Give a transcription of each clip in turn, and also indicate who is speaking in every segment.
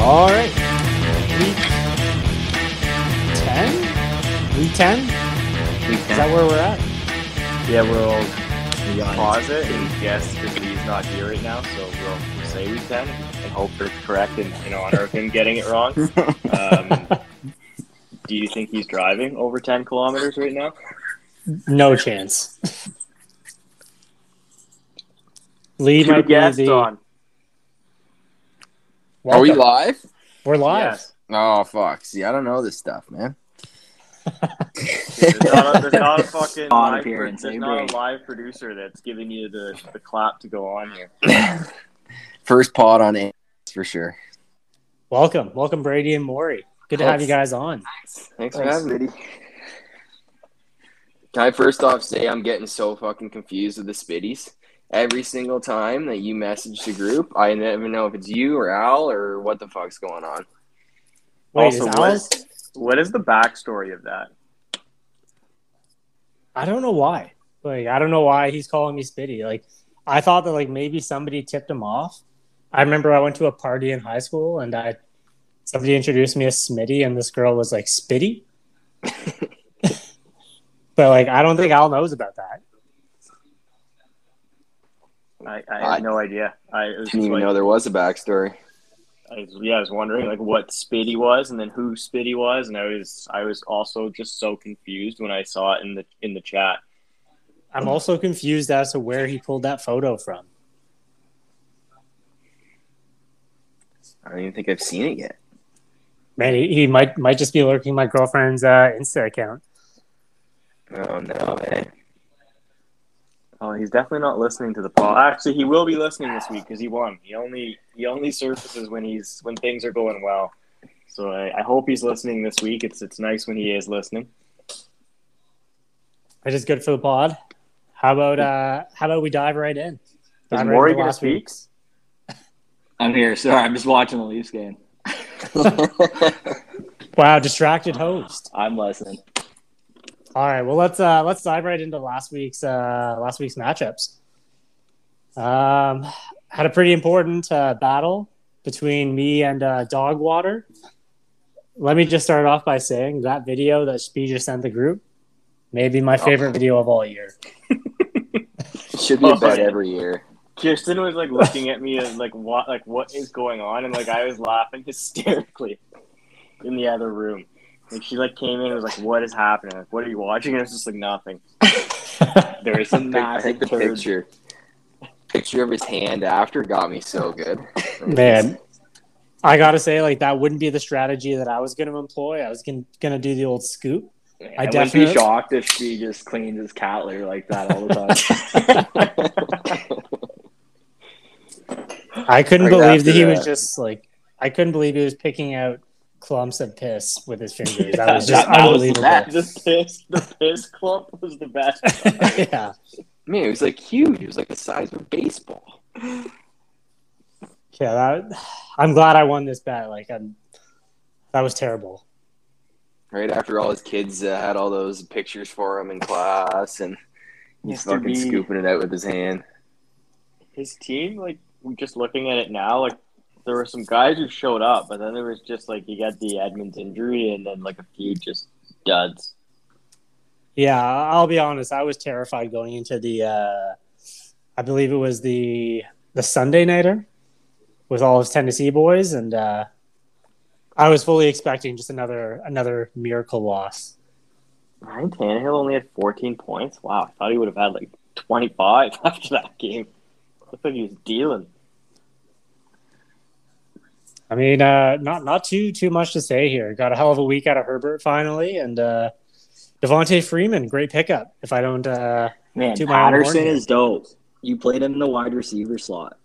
Speaker 1: All right. Week 10? Week 10?
Speaker 2: We
Speaker 1: Is that
Speaker 2: can.
Speaker 1: where we're at?
Speaker 3: Yeah, we'll
Speaker 2: We got it.
Speaker 3: pause it and guess because he's not here right now, so we'll, we'll say we can and hope that it's correct and in honor of him getting it wrong. Um, do you think he's driving over 10 kilometers right now?
Speaker 1: No chance. Lee
Speaker 3: Two
Speaker 1: might be
Speaker 3: guests
Speaker 1: the.
Speaker 3: on.
Speaker 4: Are we
Speaker 1: Welcome.
Speaker 4: live?
Speaker 1: We're live.
Speaker 3: Yes.
Speaker 4: Oh fuck! See, I don't know this stuff, man.
Speaker 3: There's not a, there's not a fucking
Speaker 2: On
Speaker 3: live, pro-
Speaker 2: appearance,
Speaker 3: there's
Speaker 2: eh,
Speaker 3: not
Speaker 2: Brady?
Speaker 3: a live producer that's giving you the, the clap to go on here.
Speaker 4: First pod on it for sure.
Speaker 1: Welcome. Welcome, Brady and Maury. Good to have you guys on.
Speaker 4: Thanks for having me. Can I first off say I'm getting so fucking confused with the Spitties. Every single time that you message the group, I never know if it's you or Al or what the fuck's going on.
Speaker 1: Wait,
Speaker 3: Also,
Speaker 1: is
Speaker 3: what-
Speaker 1: Alice?
Speaker 3: What is the backstory of that?
Speaker 1: I don't know why. Like, I don't know why he's calling me Spitty. Like, I thought that like maybe somebody tipped him off. I remember I went to a party in high school and I somebody introduced me as Smitty and this girl was like Spitty. but like, I don't think Al knows about that.
Speaker 3: I, I
Speaker 4: I-
Speaker 3: have no idea. I it
Speaker 4: Didn't
Speaker 3: was just
Speaker 4: even
Speaker 3: like,
Speaker 4: know there was a backstory.
Speaker 3: I was, yeah, I was wondering like what Spitty was, and then who Spitty was, and I was I was also just so confused when I saw it in the in the chat.
Speaker 1: I'm also confused as to where he pulled that photo from.
Speaker 4: I don't even think I've seen it yet.
Speaker 1: Man, he, he might might just be lurking my girlfriend's uh, Insta account.
Speaker 4: Oh no, man.
Speaker 3: Oh, he's definitely not listening to the poll. Actually, he will be listening this week because he won. He only he only surfaces when he's when things are going well. So I, I hope he's listening this week. It's it's nice when he is listening.
Speaker 1: Which is good for the pod. How about uh how about we dive right in?
Speaker 3: Is
Speaker 1: Dive right
Speaker 3: Maury
Speaker 1: into
Speaker 3: gonna
Speaker 1: last
Speaker 3: speak?
Speaker 1: week's.
Speaker 2: I'm here. Sorry, I'm just watching the Leafs game.
Speaker 1: Wow, distracted host.
Speaker 2: I'm listening.
Speaker 1: All right, well let's uh, let's dive right into last week's uh, last week's matchups. Um, had a pretty important uh, battle between me and uh, Dog Water. Let me just start off by saying that video that Speed just sent the group, maybe
Speaker 2: Oh.
Speaker 1: my favorite video of all year.
Speaker 4: Should be a bet every year.
Speaker 3: Kirsten was like looking at me as like what like what is going on, and like I was laughing hysterically in the other room. Like she like came in and was like, "What is happening? Like, what are you watching?" And I was just like, "Nothing."
Speaker 2: There is some
Speaker 4: I
Speaker 2: massive
Speaker 4: think the
Speaker 2: turd.
Speaker 4: picture picture of his hand after got me so good.
Speaker 1: Man, I gotta say, like that wouldn't be the strategy that I was gonna employ. I was gonna gonna do the old scoop.
Speaker 2: Man,
Speaker 1: I
Speaker 2: I, wouldn't
Speaker 1: definitely-
Speaker 2: be shocked if she just cleans his cat litter like that all the time.
Speaker 1: I couldn't
Speaker 4: Right
Speaker 1: believe
Speaker 4: after
Speaker 1: that he
Speaker 4: that.
Speaker 1: was just like I couldn't believe he was picking out clumps of piss with his fingers. That was just
Speaker 2: That- that was the
Speaker 1: unbelievable.
Speaker 2: best.
Speaker 3: the piss, the piss clump was the best.
Speaker 1: yeah.
Speaker 4: Man, it was like huge. It was like the size of a baseball.
Speaker 1: Yeah, that, I'm glad I won this bet. Like I'm that was terrible.
Speaker 4: Right after all his kids uh, had all those pictures for him in class, and he's
Speaker 3: Mr.
Speaker 4: fucking
Speaker 3: B.
Speaker 4: scooping it out with his hand.
Speaker 3: His team, like just looking at it now, like there were some guys who showed up, but then there was just like you got the Edmonds injury, and then like a few just duds.
Speaker 1: Yeah, I'll be honest. I was terrified going into the uh I believe it was the the Sunday nighter with all his Tennessee boys and uh I was fully expecting just another another miracle loss.
Speaker 3: Ryan Tannehill only had 14 points. Wow, I thought he would have had like 25 after that game. Looked like he was dealing.
Speaker 1: I mean, uh, not not too too much to say here. Got a hell of a week out of Herbert finally, and uh, Devontae Freeman, great pickup. If I don't, uh,
Speaker 2: Man,
Speaker 1: To my
Speaker 2: Patterson
Speaker 1: horn.
Speaker 2: is dope. You played him in the wide receiver slot.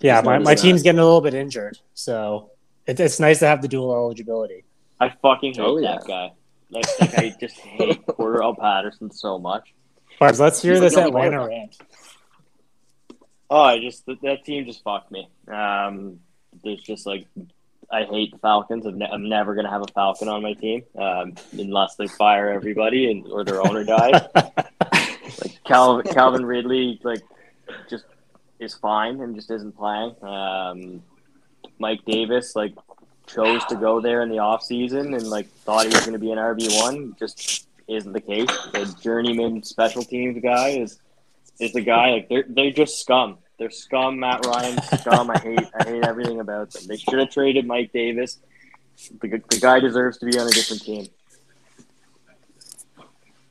Speaker 1: yeah,
Speaker 2: Just
Speaker 1: my,
Speaker 2: noticed
Speaker 1: my
Speaker 2: that.
Speaker 1: team's getting a little bit injured, so it, it's nice to have the dual eligibility.
Speaker 3: I fucking hate
Speaker 4: Oh,
Speaker 3: that guy. Like, like, I just hate Cordell Patterson so much.
Speaker 1: Barbs, let's hear
Speaker 2: He's
Speaker 1: this
Speaker 2: like the only
Speaker 1: Atlanta
Speaker 2: quarterback.
Speaker 1: rant.
Speaker 3: Oh, I just that, that team just fucked me. Um, there's just like I hate the Falcons. I'm, ne- I'm never gonna have a Falcon on my team um, unless they fire everybody and or their owner dies. like Calvin, Calvin Ridley, like just is fine and just isn't playing. Um, Mike Davis like chose to go there in the off season and like thought he was going to be an RB one. Just isn't the case. The journeyman special teams guy is is the guy like they're they're just scum. They're scum. Matt Ryan scum. I hate I hate everything about them. They should have traded Mike Davis. The, the guy deserves to be on a different team.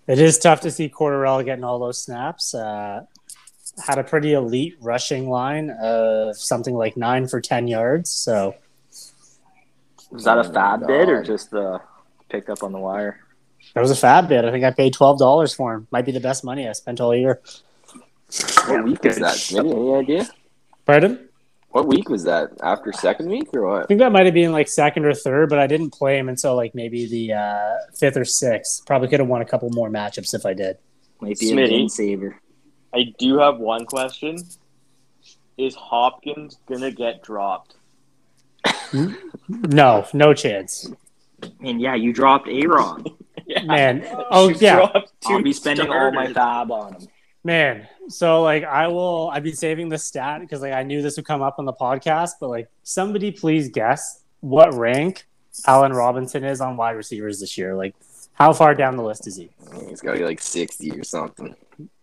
Speaker 1: It is tough to see Corderell getting all those snaps. Uh, had a pretty elite rushing line of something like nine for 10 yards. So
Speaker 3: Was that a
Speaker 4: Oh,
Speaker 3: fab bid or
Speaker 4: God.
Speaker 3: just the pickup on the wire?
Speaker 1: that was a fab bid. I think I paid $12 for him. Might be the best money I spent all year.
Speaker 4: What week is that? Smitty, any idea?
Speaker 1: Pardon?
Speaker 4: What week was that? After second week or
Speaker 1: I
Speaker 4: what?
Speaker 1: think that might have been like second or third, but I didn't play him until like maybe the uh, fifth or sixth. Probably could have won a couple more matchups if I did.
Speaker 5: Might be
Speaker 3: Smitty.
Speaker 5: a game saver.
Speaker 3: I do have one question. Is Hopkins gonna get dropped?
Speaker 1: No, no chance.
Speaker 5: And yeah, you dropped A Rod.
Speaker 1: Man. Oh, yeah.
Speaker 5: I'll be spending all my fab on him.
Speaker 1: Man, so like I will, I've been saving this stat because like I knew this would come up on the podcast, but like somebody please guess what rank Allen Robinson is on wide receivers this year. Like, how far down the list is he?
Speaker 4: It's got to be like 60 or something.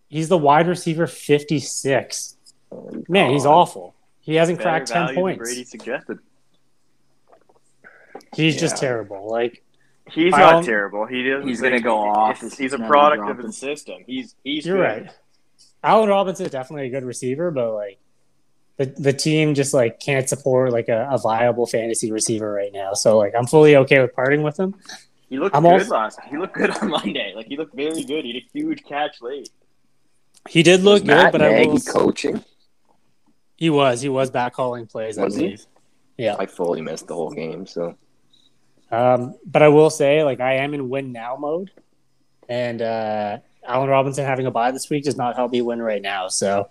Speaker 1: He's the wide receiver 56. Man, he's awful. He hasn't cracked 10 points.
Speaker 3: Brady suggested.
Speaker 1: He's just
Speaker 4: Yeah.
Speaker 1: terrible. Like,
Speaker 3: He's
Speaker 1: Kyle-
Speaker 3: not terrible. He doesn't.
Speaker 2: He's gonna go off.
Speaker 3: He's, he's a
Speaker 5: He's gonna
Speaker 3: product
Speaker 5: drop
Speaker 3: of
Speaker 5: him.
Speaker 3: the system. He's he's
Speaker 1: you're
Speaker 3: good.
Speaker 1: right. Allen Robinson is definitely a good receiver, but like the, the team just like can't support like a, a viable fantasy receiver right now. So like I'm fully okay with parting with him.
Speaker 3: He looked
Speaker 1: I'm
Speaker 3: good
Speaker 1: also-
Speaker 3: last. He looked good on Monday. Like he looked very good. He had a huge catch late.
Speaker 1: He did
Speaker 4: Was
Speaker 1: look good,
Speaker 4: Matt
Speaker 1: but I
Speaker 4: Nagy
Speaker 1: will.
Speaker 4: coaching?
Speaker 1: He was he was back calling plays. I
Speaker 4: Was he?
Speaker 1: believe. Yeah.
Speaker 4: I fully missed the whole game, so.
Speaker 1: Um, but I will say, like I am in win now mode, and uh, Allen Robinson having a bye this week does not help me win right now. So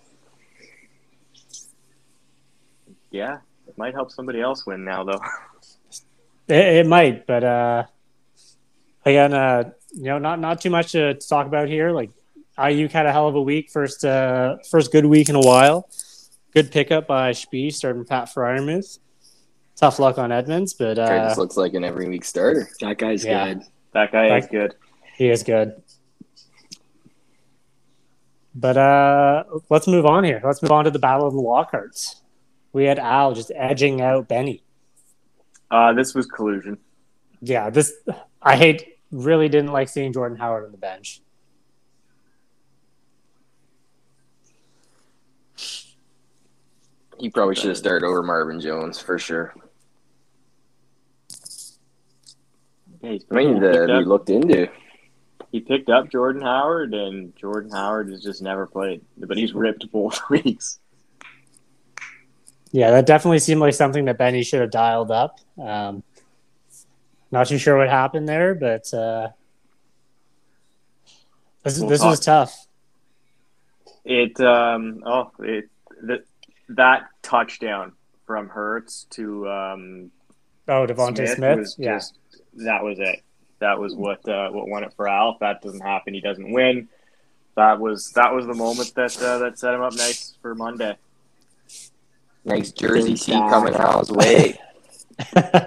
Speaker 3: Yeah, it might help somebody else win now though.
Speaker 1: it, it might, but uh, again, uh, you know, not not too much to talk about here. Like IU had a hell of a week, first uh, first good week in a while. Good pickup by Spee, starting Pat Fryermuth. Tough luck on Edmonds, but
Speaker 4: Guy
Speaker 1: uh,
Speaker 4: just looks like an every week starter.
Speaker 5: That guy's
Speaker 1: Yeah.
Speaker 5: good.
Speaker 3: That guy
Speaker 1: Like-
Speaker 3: is good.
Speaker 1: He is good. But uh let's move on here. Let's move on to the Battle of the Lockharts. We had Al just edging out Benny.
Speaker 3: Uh, this was collusion.
Speaker 1: Yeah, this I hate really didn't like seeing Jordan Howard on the bench.
Speaker 4: He probably should have started over Marvin Jones for sure.
Speaker 3: Yeah, he's
Speaker 4: I mean,
Speaker 3: picked
Speaker 4: to
Speaker 3: up-
Speaker 4: be looked into.
Speaker 3: he picked up Jordan Howard, and Jordan Howard has just never played, but he's ripped both weeks.
Speaker 1: Yeah, that definitely seemed like something that Benny should have dialed up. Um not too sure what happened there, but uh this is
Speaker 3: We'll
Speaker 1: this
Speaker 3: talk.
Speaker 1: was tough.
Speaker 3: It um oh it that that touchdown from Hertz to um
Speaker 1: Oh, Devontae Smith.
Speaker 3: was
Speaker 1: yeah.
Speaker 3: just that was it. That was what uh, what won it for Al. If that doesn't happen, he doesn't win. That was that was the moment that uh, that set him up nice for Monday.
Speaker 4: Nice jersey
Speaker 5: Really
Speaker 4: see
Speaker 5: bad.
Speaker 4: coming Al's way.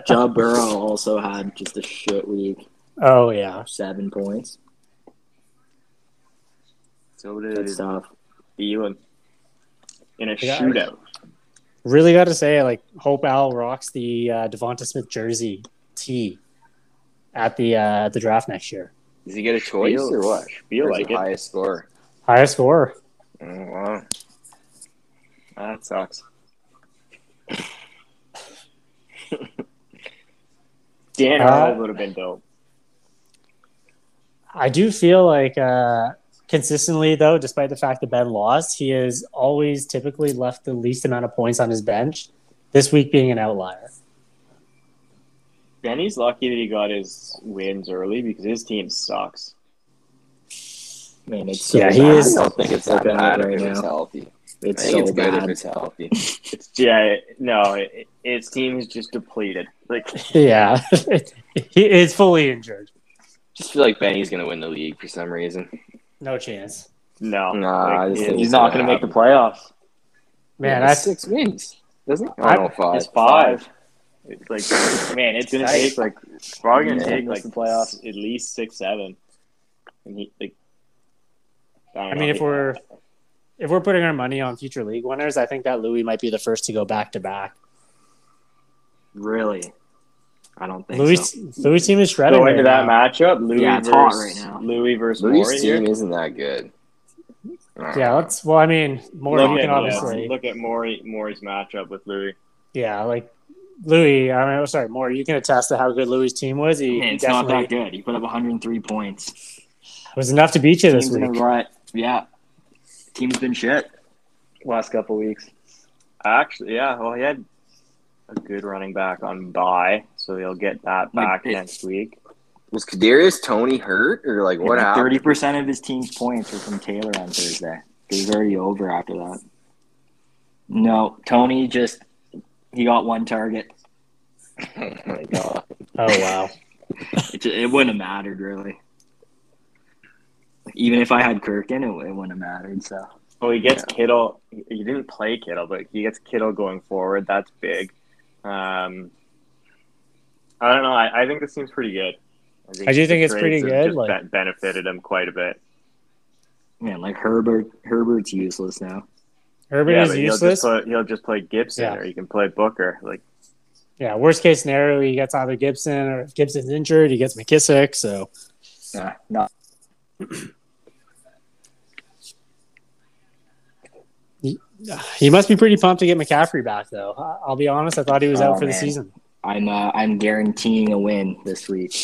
Speaker 5: Ja Burrow also had just a shit week.
Speaker 1: oh yeah.
Speaker 5: Seven points.
Speaker 3: So
Speaker 5: Good
Speaker 3: did
Speaker 5: stuff.
Speaker 3: Thielen in a
Speaker 1: Yeah.
Speaker 3: shootout.
Speaker 1: really got to say, like, hope Al rocks the uh, Devonta Smith jersey tee at the uh, at the draft next year.
Speaker 4: Does he get a choice or what?
Speaker 3: Feel
Speaker 4: Where's
Speaker 3: like
Speaker 4: the
Speaker 3: it.
Speaker 4: highest score?
Speaker 1: Higher score.
Speaker 4: Oh, wow.
Speaker 3: That sucks. Dan
Speaker 1: Uh,
Speaker 3: Arnold would have been dope.
Speaker 1: I do feel like uh, consistently, though, despite the fact that Ben lost, he has always typically left the least amount of points on his bench. This week being an outlier.
Speaker 3: Benny's lucky that he got his wins early because his team sucks.
Speaker 5: Man, it's so
Speaker 1: Yeah, he
Speaker 5: bad.
Speaker 1: is-
Speaker 4: I don't think it's that
Speaker 5: bad
Speaker 4: bad
Speaker 5: right
Speaker 4: if it's
Speaker 5: now.
Speaker 4: healthy. I
Speaker 5: It's
Speaker 4: think
Speaker 5: so
Speaker 4: it's good if
Speaker 5: bad.
Speaker 4: it's healthy.
Speaker 3: It's yeah, it- no, it, its team is just depleted. Like
Speaker 1: Yeah, he is fully injured.
Speaker 4: Just feel like Benny's gonna win the league for some reason.
Speaker 1: No chance,
Speaker 3: no,
Speaker 4: Nah, I
Speaker 3: Like,
Speaker 4: just think
Speaker 3: he's
Speaker 4: it's
Speaker 3: not
Speaker 4: gonna
Speaker 3: going to make the
Speaker 4: happen.
Speaker 3: playoffs.
Speaker 1: man.
Speaker 4: Yeah,
Speaker 1: I
Speaker 4: six wins. Doesn't he? I don't know,
Speaker 3: It's
Speaker 4: five.
Speaker 3: five. It's like, man, it's,
Speaker 2: gonna
Speaker 3: gonna take
Speaker 2: take,
Speaker 3: like it's probably gonna
Speaker 2: Yeah.
Speaker 3: take like
Speaker 2: the playoffs.
Speaker 3: s- at least six, seven. And he like, don't
Speaker 1: I
Speaker 3: know.
Speaker 1: mean, if we're if we're putting our money on future league winners, I think that Louis might be the first to go back to back.
Speaker 5: Really? I don't think
Speaker 1: Louis
Speaker 5: so.
Speaker 1: Louis team is shredding.
Speaker 3: go
Speaker 1: right
Speaker 3: into that
Speaker 1: now.
Speaker 3: matchup, Louis
Speaker 5: Yeah, it's hot
Speaker 3: versus
Speaker 5: right now.
Speaker 3: Louis versus Maury
Speaker 4: Louis'
Speaker 3: here.
Speaker 4: team isn't that good. I don't
Speaker 1: Yeah,
Speaker 4: know.
Speaker 1: let's. Well, I mean, more
Speaker 3: Look
Speaker 1: can
Speaker 3: at,
Speaker 1: obviously.
Speaker 3: yeah, look at Maury Maury's matchup with Louis.
Speaker 1: Yeah, like Louis. I mean, oh, sorry, more. You can attest to how good Louis' team was. He,
Speaker 5: Man,
Speaker 1: he
Speaker 5: it's not that
Speaker 1: definitely
Speaker 5: good. He put up 103 points.
Speaker 1: was enough to beat you this
Speaker 5: Team's in a
Speaker 1: week.
Speaker 5: rut. Yeah. Team's been shit.
Speaker 2: Last couple weeks.
Speaker 3: Actually, yeah, well, he had a good running back on bye, so he'll get that
Speaker 5: Like,
Speaker 3: back
Speaker 5: it-
Speaker 3: next week.
Speaker 4: Was Kadarius Tony hurt or like what happened?
Speaker 5: Thirty percent of his team's points were from Taylor on Thursday. It was already over after that. No, Tony just he got one target.
Speaker 4: Oh my god.
Speaker 1: Oh wow.
Speaker 5: It, ju- it wouldn't have mattered really. Like, even if I had Kirk in it, it wouldn't have mattered. So
Speaker 3: Well, he gets Kittle. He he didn't play Kittle, but he gets Kittle going forward. That's big. Um, I don't know. I, I think this seems pretty good.
Speaker 1: I do think
Speaker 3: the
Speaker 1: it's pretty
Speaker 3: trades have
Speaker 1: good,
Speaker 3: just
Speaker 1: like-
Speaker 3: be- benefited him quite a bit.
Speaker 5: man, like Herbert, Herbert's useless now.
Speaker 1: Herbert
Speaker 3: yeah,
Speaker 1: is
Speaker 3: but
Speaker 1: useless.
Speaker 3: He'll just, play, he'll just play Gibson,
Speaker 1: Yeah.
Speaker 3: or he can play Booker. Like,
Speaker 1: Yeah. Worst case scenario, he gets either Gibson or if Gibson's injured, he gets McKissick. So
Speaker 5: Nah, not
Speaker 1: he must be pretty pumped to get McCaffrey back, though. I- I'll be honest. I thought he was
Speaker 5: Oh,
Speaker 1: out for the
Speaker 5: man.
Speaker 1: season.
Speaker 5: I'm uh, I'm guaranteeing a win this week.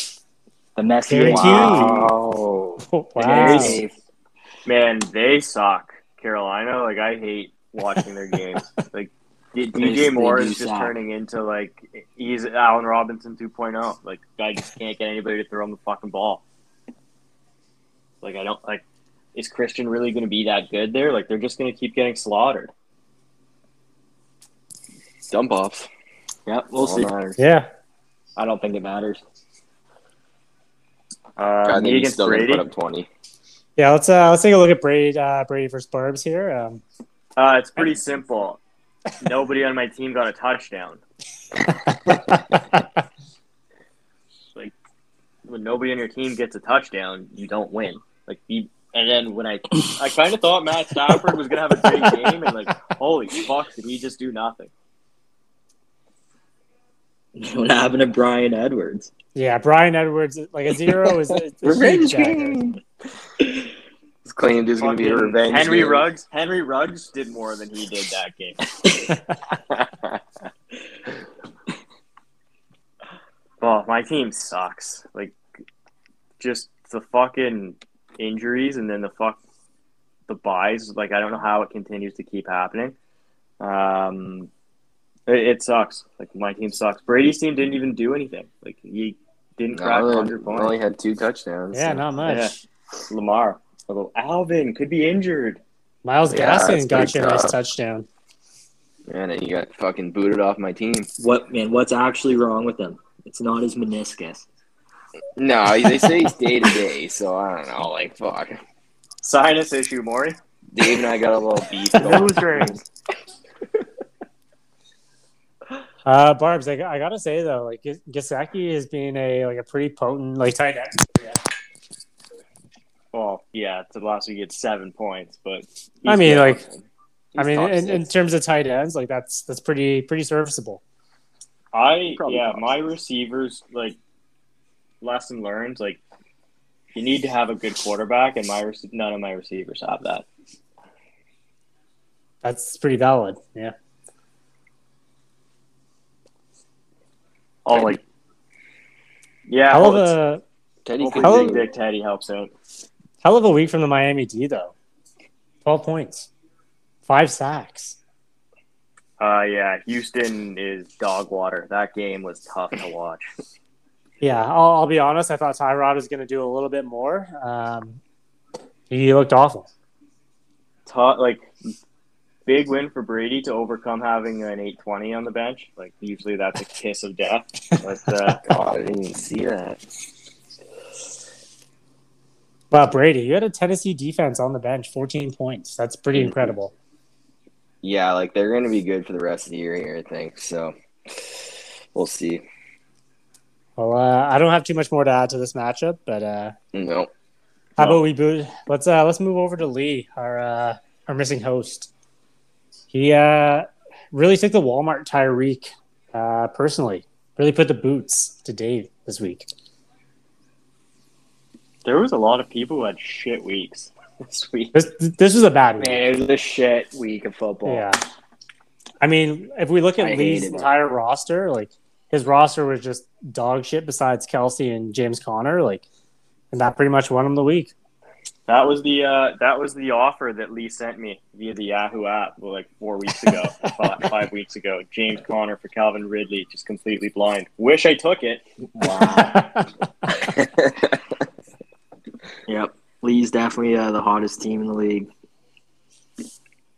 Speaker 5: The messy
Speaker 1: Guaranteed.
Speaker 3: Oh.
Speaker 4: Wow.
Speaker 1: Wow.
Speaker 3: man, they suck. Carolina. Like, I hate watching their games. Like, D-
Speaker 5: They-
Speaker 3: DJ
Speaker 5: they
Speaker 3: Moore
Speaker 5: do
Speaker 3: is just
Speaker 5: suck.
Speaker 3: turning into like he's Allen Robinson 2.0. Like, I just can't get anybody to throw him the fucking ball. Like, I don't like. Is Christian really going to be that good there? Like, they're just going to keep getting slaughtered.
Speaker 4: Dump offs.
Speaker 5: Yep, we'll
Speaker 4: All
Speaker 5: see.
Speaker 4: matters.
Speaker 1: Yeah.
Speaker 5: I don't think it matters.
Speaker 3: Uh,
Speaker 4: God,
Speaker 3: me
Speaker 4: they
Speaker 3: against
Speaker 4: still gonna
Speaker 3: Brady.
Speaker 4: put up twenty.
Speaker 1: Yeah. Let's uh, let's take a look at Brady uh, Brady versus Burbs here. Um,
Speaker 3: Uh, it's pretty simple. Nobody on my team got a touchdown. When nobody on your team gets a touchdown, you don't win. Like you, and then when I, I kind of thought Matt Stafford was gonna have a great game, and like, holy fuck, did he just do nothing?
Speaker 5: What happened to Brian Edwards?
Speaker 1: yeah. Brian Edwards, like a zero is is- is huge dagger.
Speaker 4: It's claimed is gonna be a
Speaker 3: Fucking
Speaker 4: revenge.
Speaker 3: Henry
Speaker 4: game.
Speaker 3: Ruggs. Henry Ruggs did more than he did that game. Well, my team sucks. Like, just the fucking injuries and then the fuck the buys. Like, I don't know how it continues to keep happening. Um, it, it sucks. Like, my team sucks. Brady's team didn't even do anything. Like, he didn't crack
Speaker 4: No, they
Speaker 3: 100 points.
Speaker 4: only had two touchdowns.
Speaker 1: Yeah.
Speaker 4: so-
Speaker 1: Not much.
Speaker 3: Yeah. Lamar. Although Alvin could be injured.
Speaker 1: Miles
Speaker 4: Yeah,
Speaker 1: Gaston
Speaker 4: it's
Speaker 1: got
Speaker 4: pretty
Speaker 1: you a nice
Speaker 4: tough.
Speaker 1: touchdown.
Speaker 4: Man, and you got fucking booted off my team.
Speaker 5: What man? What's actually wrong with him? It's not his meniscus.
Speaker 4: No, they say he's day to day, so I don't know. Like, fuck.
Speaker 3: Sinus issue, Maury.
Speaker 4: Dave and I got a little beef. going.
Speaker 1: Uh, Barb's, I, I gotta say though, like Gis- Gisaki is being a like a pretty potent like tight end.
Speaker 3: Well, yeah, to last week he had seven points, but
Speaker 1: I mean,
Speaker 4: He's
Speaker 1: like,
Speaker 4: tough.
Speaker 1: I
Speaker 4: He's
Speaker 1: mean,
Speaker 4: tough
Speaker 1: in, in
Speaker 4: six.
Speaker 1: terms of tight ends, like that's that's pretty pretty serviceable.
Speaker 3: I
Speaker 4: Probably
Speaker 3: yeah,
Speaker 4: not.
Speaker 3: my receivers like lesson learned. Like you need to have a good quarterback, and my rec- none of my receivers have that.
Speaker 1: That's pretty valid. Yeah.
Speaker 3: Oh, like yeah,
Speaker 1: Hell of
Speaker 3: well, it's-
Speaker 1: a
Speaker 4: Teddy
Speaker 3: hopefully
Speaker 1: How-
Speaker 3: Big Dick Teddy helps out.
Speaker 1: hell of a week from the Miami D though. Twelve points, five sacks.
Speaker 3: Uh, yeah, Houston is dog water. That game was tough to watch.
Speaker 1: Yeah, I'll, I'll be honest. I thought Tyrod was going to do a little bit more. Um, he looked awful.
Speaker 3: Tough, like big win for Brady to overcome having an eight twenty on the bench. Like usually that's a kiss of death, but uh,
Speaker 4: God, I didn't even see that.
Speaker 1: But Brady, you had a Tennessee defense on the bench, fourteen points. That's pretty incredible.
Speaker 4: yeah, like they're going to be good for the rest of the year here, I think. So we'll see.
Speaker 1: Well, uh, I don't have too much more to add to this matchup, but uh,
Speaker 4: No.
Speaker 1: how
Speaker 3: No.
Speaker 1: about we boot? Let's uh, let's move over to Lee, our uh, our missing host. He uh, really took the Walmart Tyreek uh, personally. Really put the boots to Dave this week.
Speaker 3: There was a lot of people who had shit weeks this week.
Speaker 1: This this was a bad week.
Speaker 2: Man, it was a shit week of football.
Speaker 1: Yeah. I mean, if we look at
Speaker 5: I
Speaker 1: Lee's
Speaker 5: hated it.
Speaker 1: entire roster, like his roster was just dog shit besides Kelsey and James Conner, like and that pretty much won him the week.
Speaker 3: That was the uh, that was the offer that Lee sent me via the Yahoo app well, like four weeks ago, five, five weeks ago. James Conner for Calvin Ridley, just completely blind. Wish I took it.
Speaker 5: Wow. yep. Lee's definitely uh, the hottest team in the league.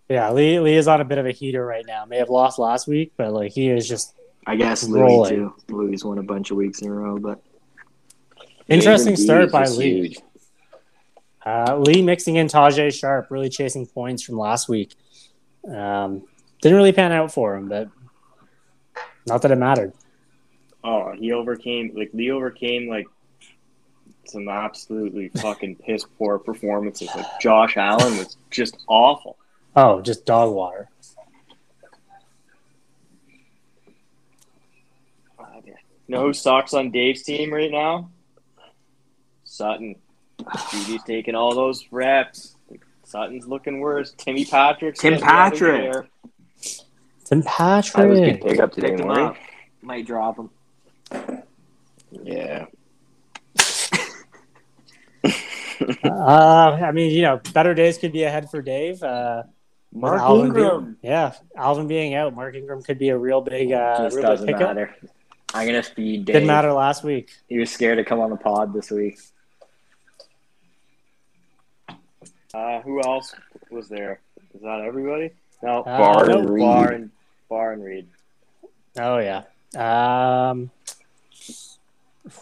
Speaker 1: yeah, Lee Lee is on a bit of a heater right now. May have lost last week, but like he is just
Speaker 5: I guess Louis
Speaker 1: Rolling.
Speaker 5: too. Louis won a bunch of weeks in a row, but
Speaker 1: interesting
Speaker 4: Jason
Speaker 1: start
Speaker 4: Dees
Speaker 1: by
Speaker 4: is
Speaker 1: Lee.
Speaker 4: huge.
Speaker 1: Uh, Lee mixing in Tajay Sharp, really chasing points from last week. Um, didn't really pan out for him, but not that it mattered.
Speaker 3: Oh, he overcame like Lee overcame like some absolutely fucking piss poor performances. Like Josh Allen was just awful.
Speaker 1: Oh, just dog water.
Speaker 3: You know who sucks on Dave's team right now? Sutton. Judy's taking all those reps. Sutton's looking worse. Timmy Patrick's
Speaker 5: Tim
Speaker 3: getting the other
Speaker 5: Patrick.
Speaker 3: chair.
Speaker 1: Tim
Speaker 4: That was a
Speaker 1: Patrick.
Speaker 4: good pickup today
Speaker 5: Picked him
Speaker 4: morning.
Speaker 5: up. might drop him.
Speaker 4: Yeah.
Speaker 1: Uh, I mean, you know, better days could be ahead for Dave. Uh, with
Speaker 3: Mark
Speaker 1: Alvin
Speaker 3: Ingram.
Speaker 1: being- yeah, Alvin being out, Mark Ingram could be a real big, uh,
Speaker 2: just
Speaker 1: real big
Speaker 2: doesn't
Speaker 1: pickup.
Speaker 2: matter. I'm gonna feed Dave.
Speaker 1: Didn't matter last week.
Speaker 2: He was scared to come on the pod this week.
Speaker 3: Uh, who else was there? Is that everybody? No.
Speaker 1: Uh,
Speaker 4: Bar
Speaker 1: no.
Speaker 4: and Reed.
Speaker 3: Bar and Bar and Reed.
Speaker 1: Oh yeah. Um,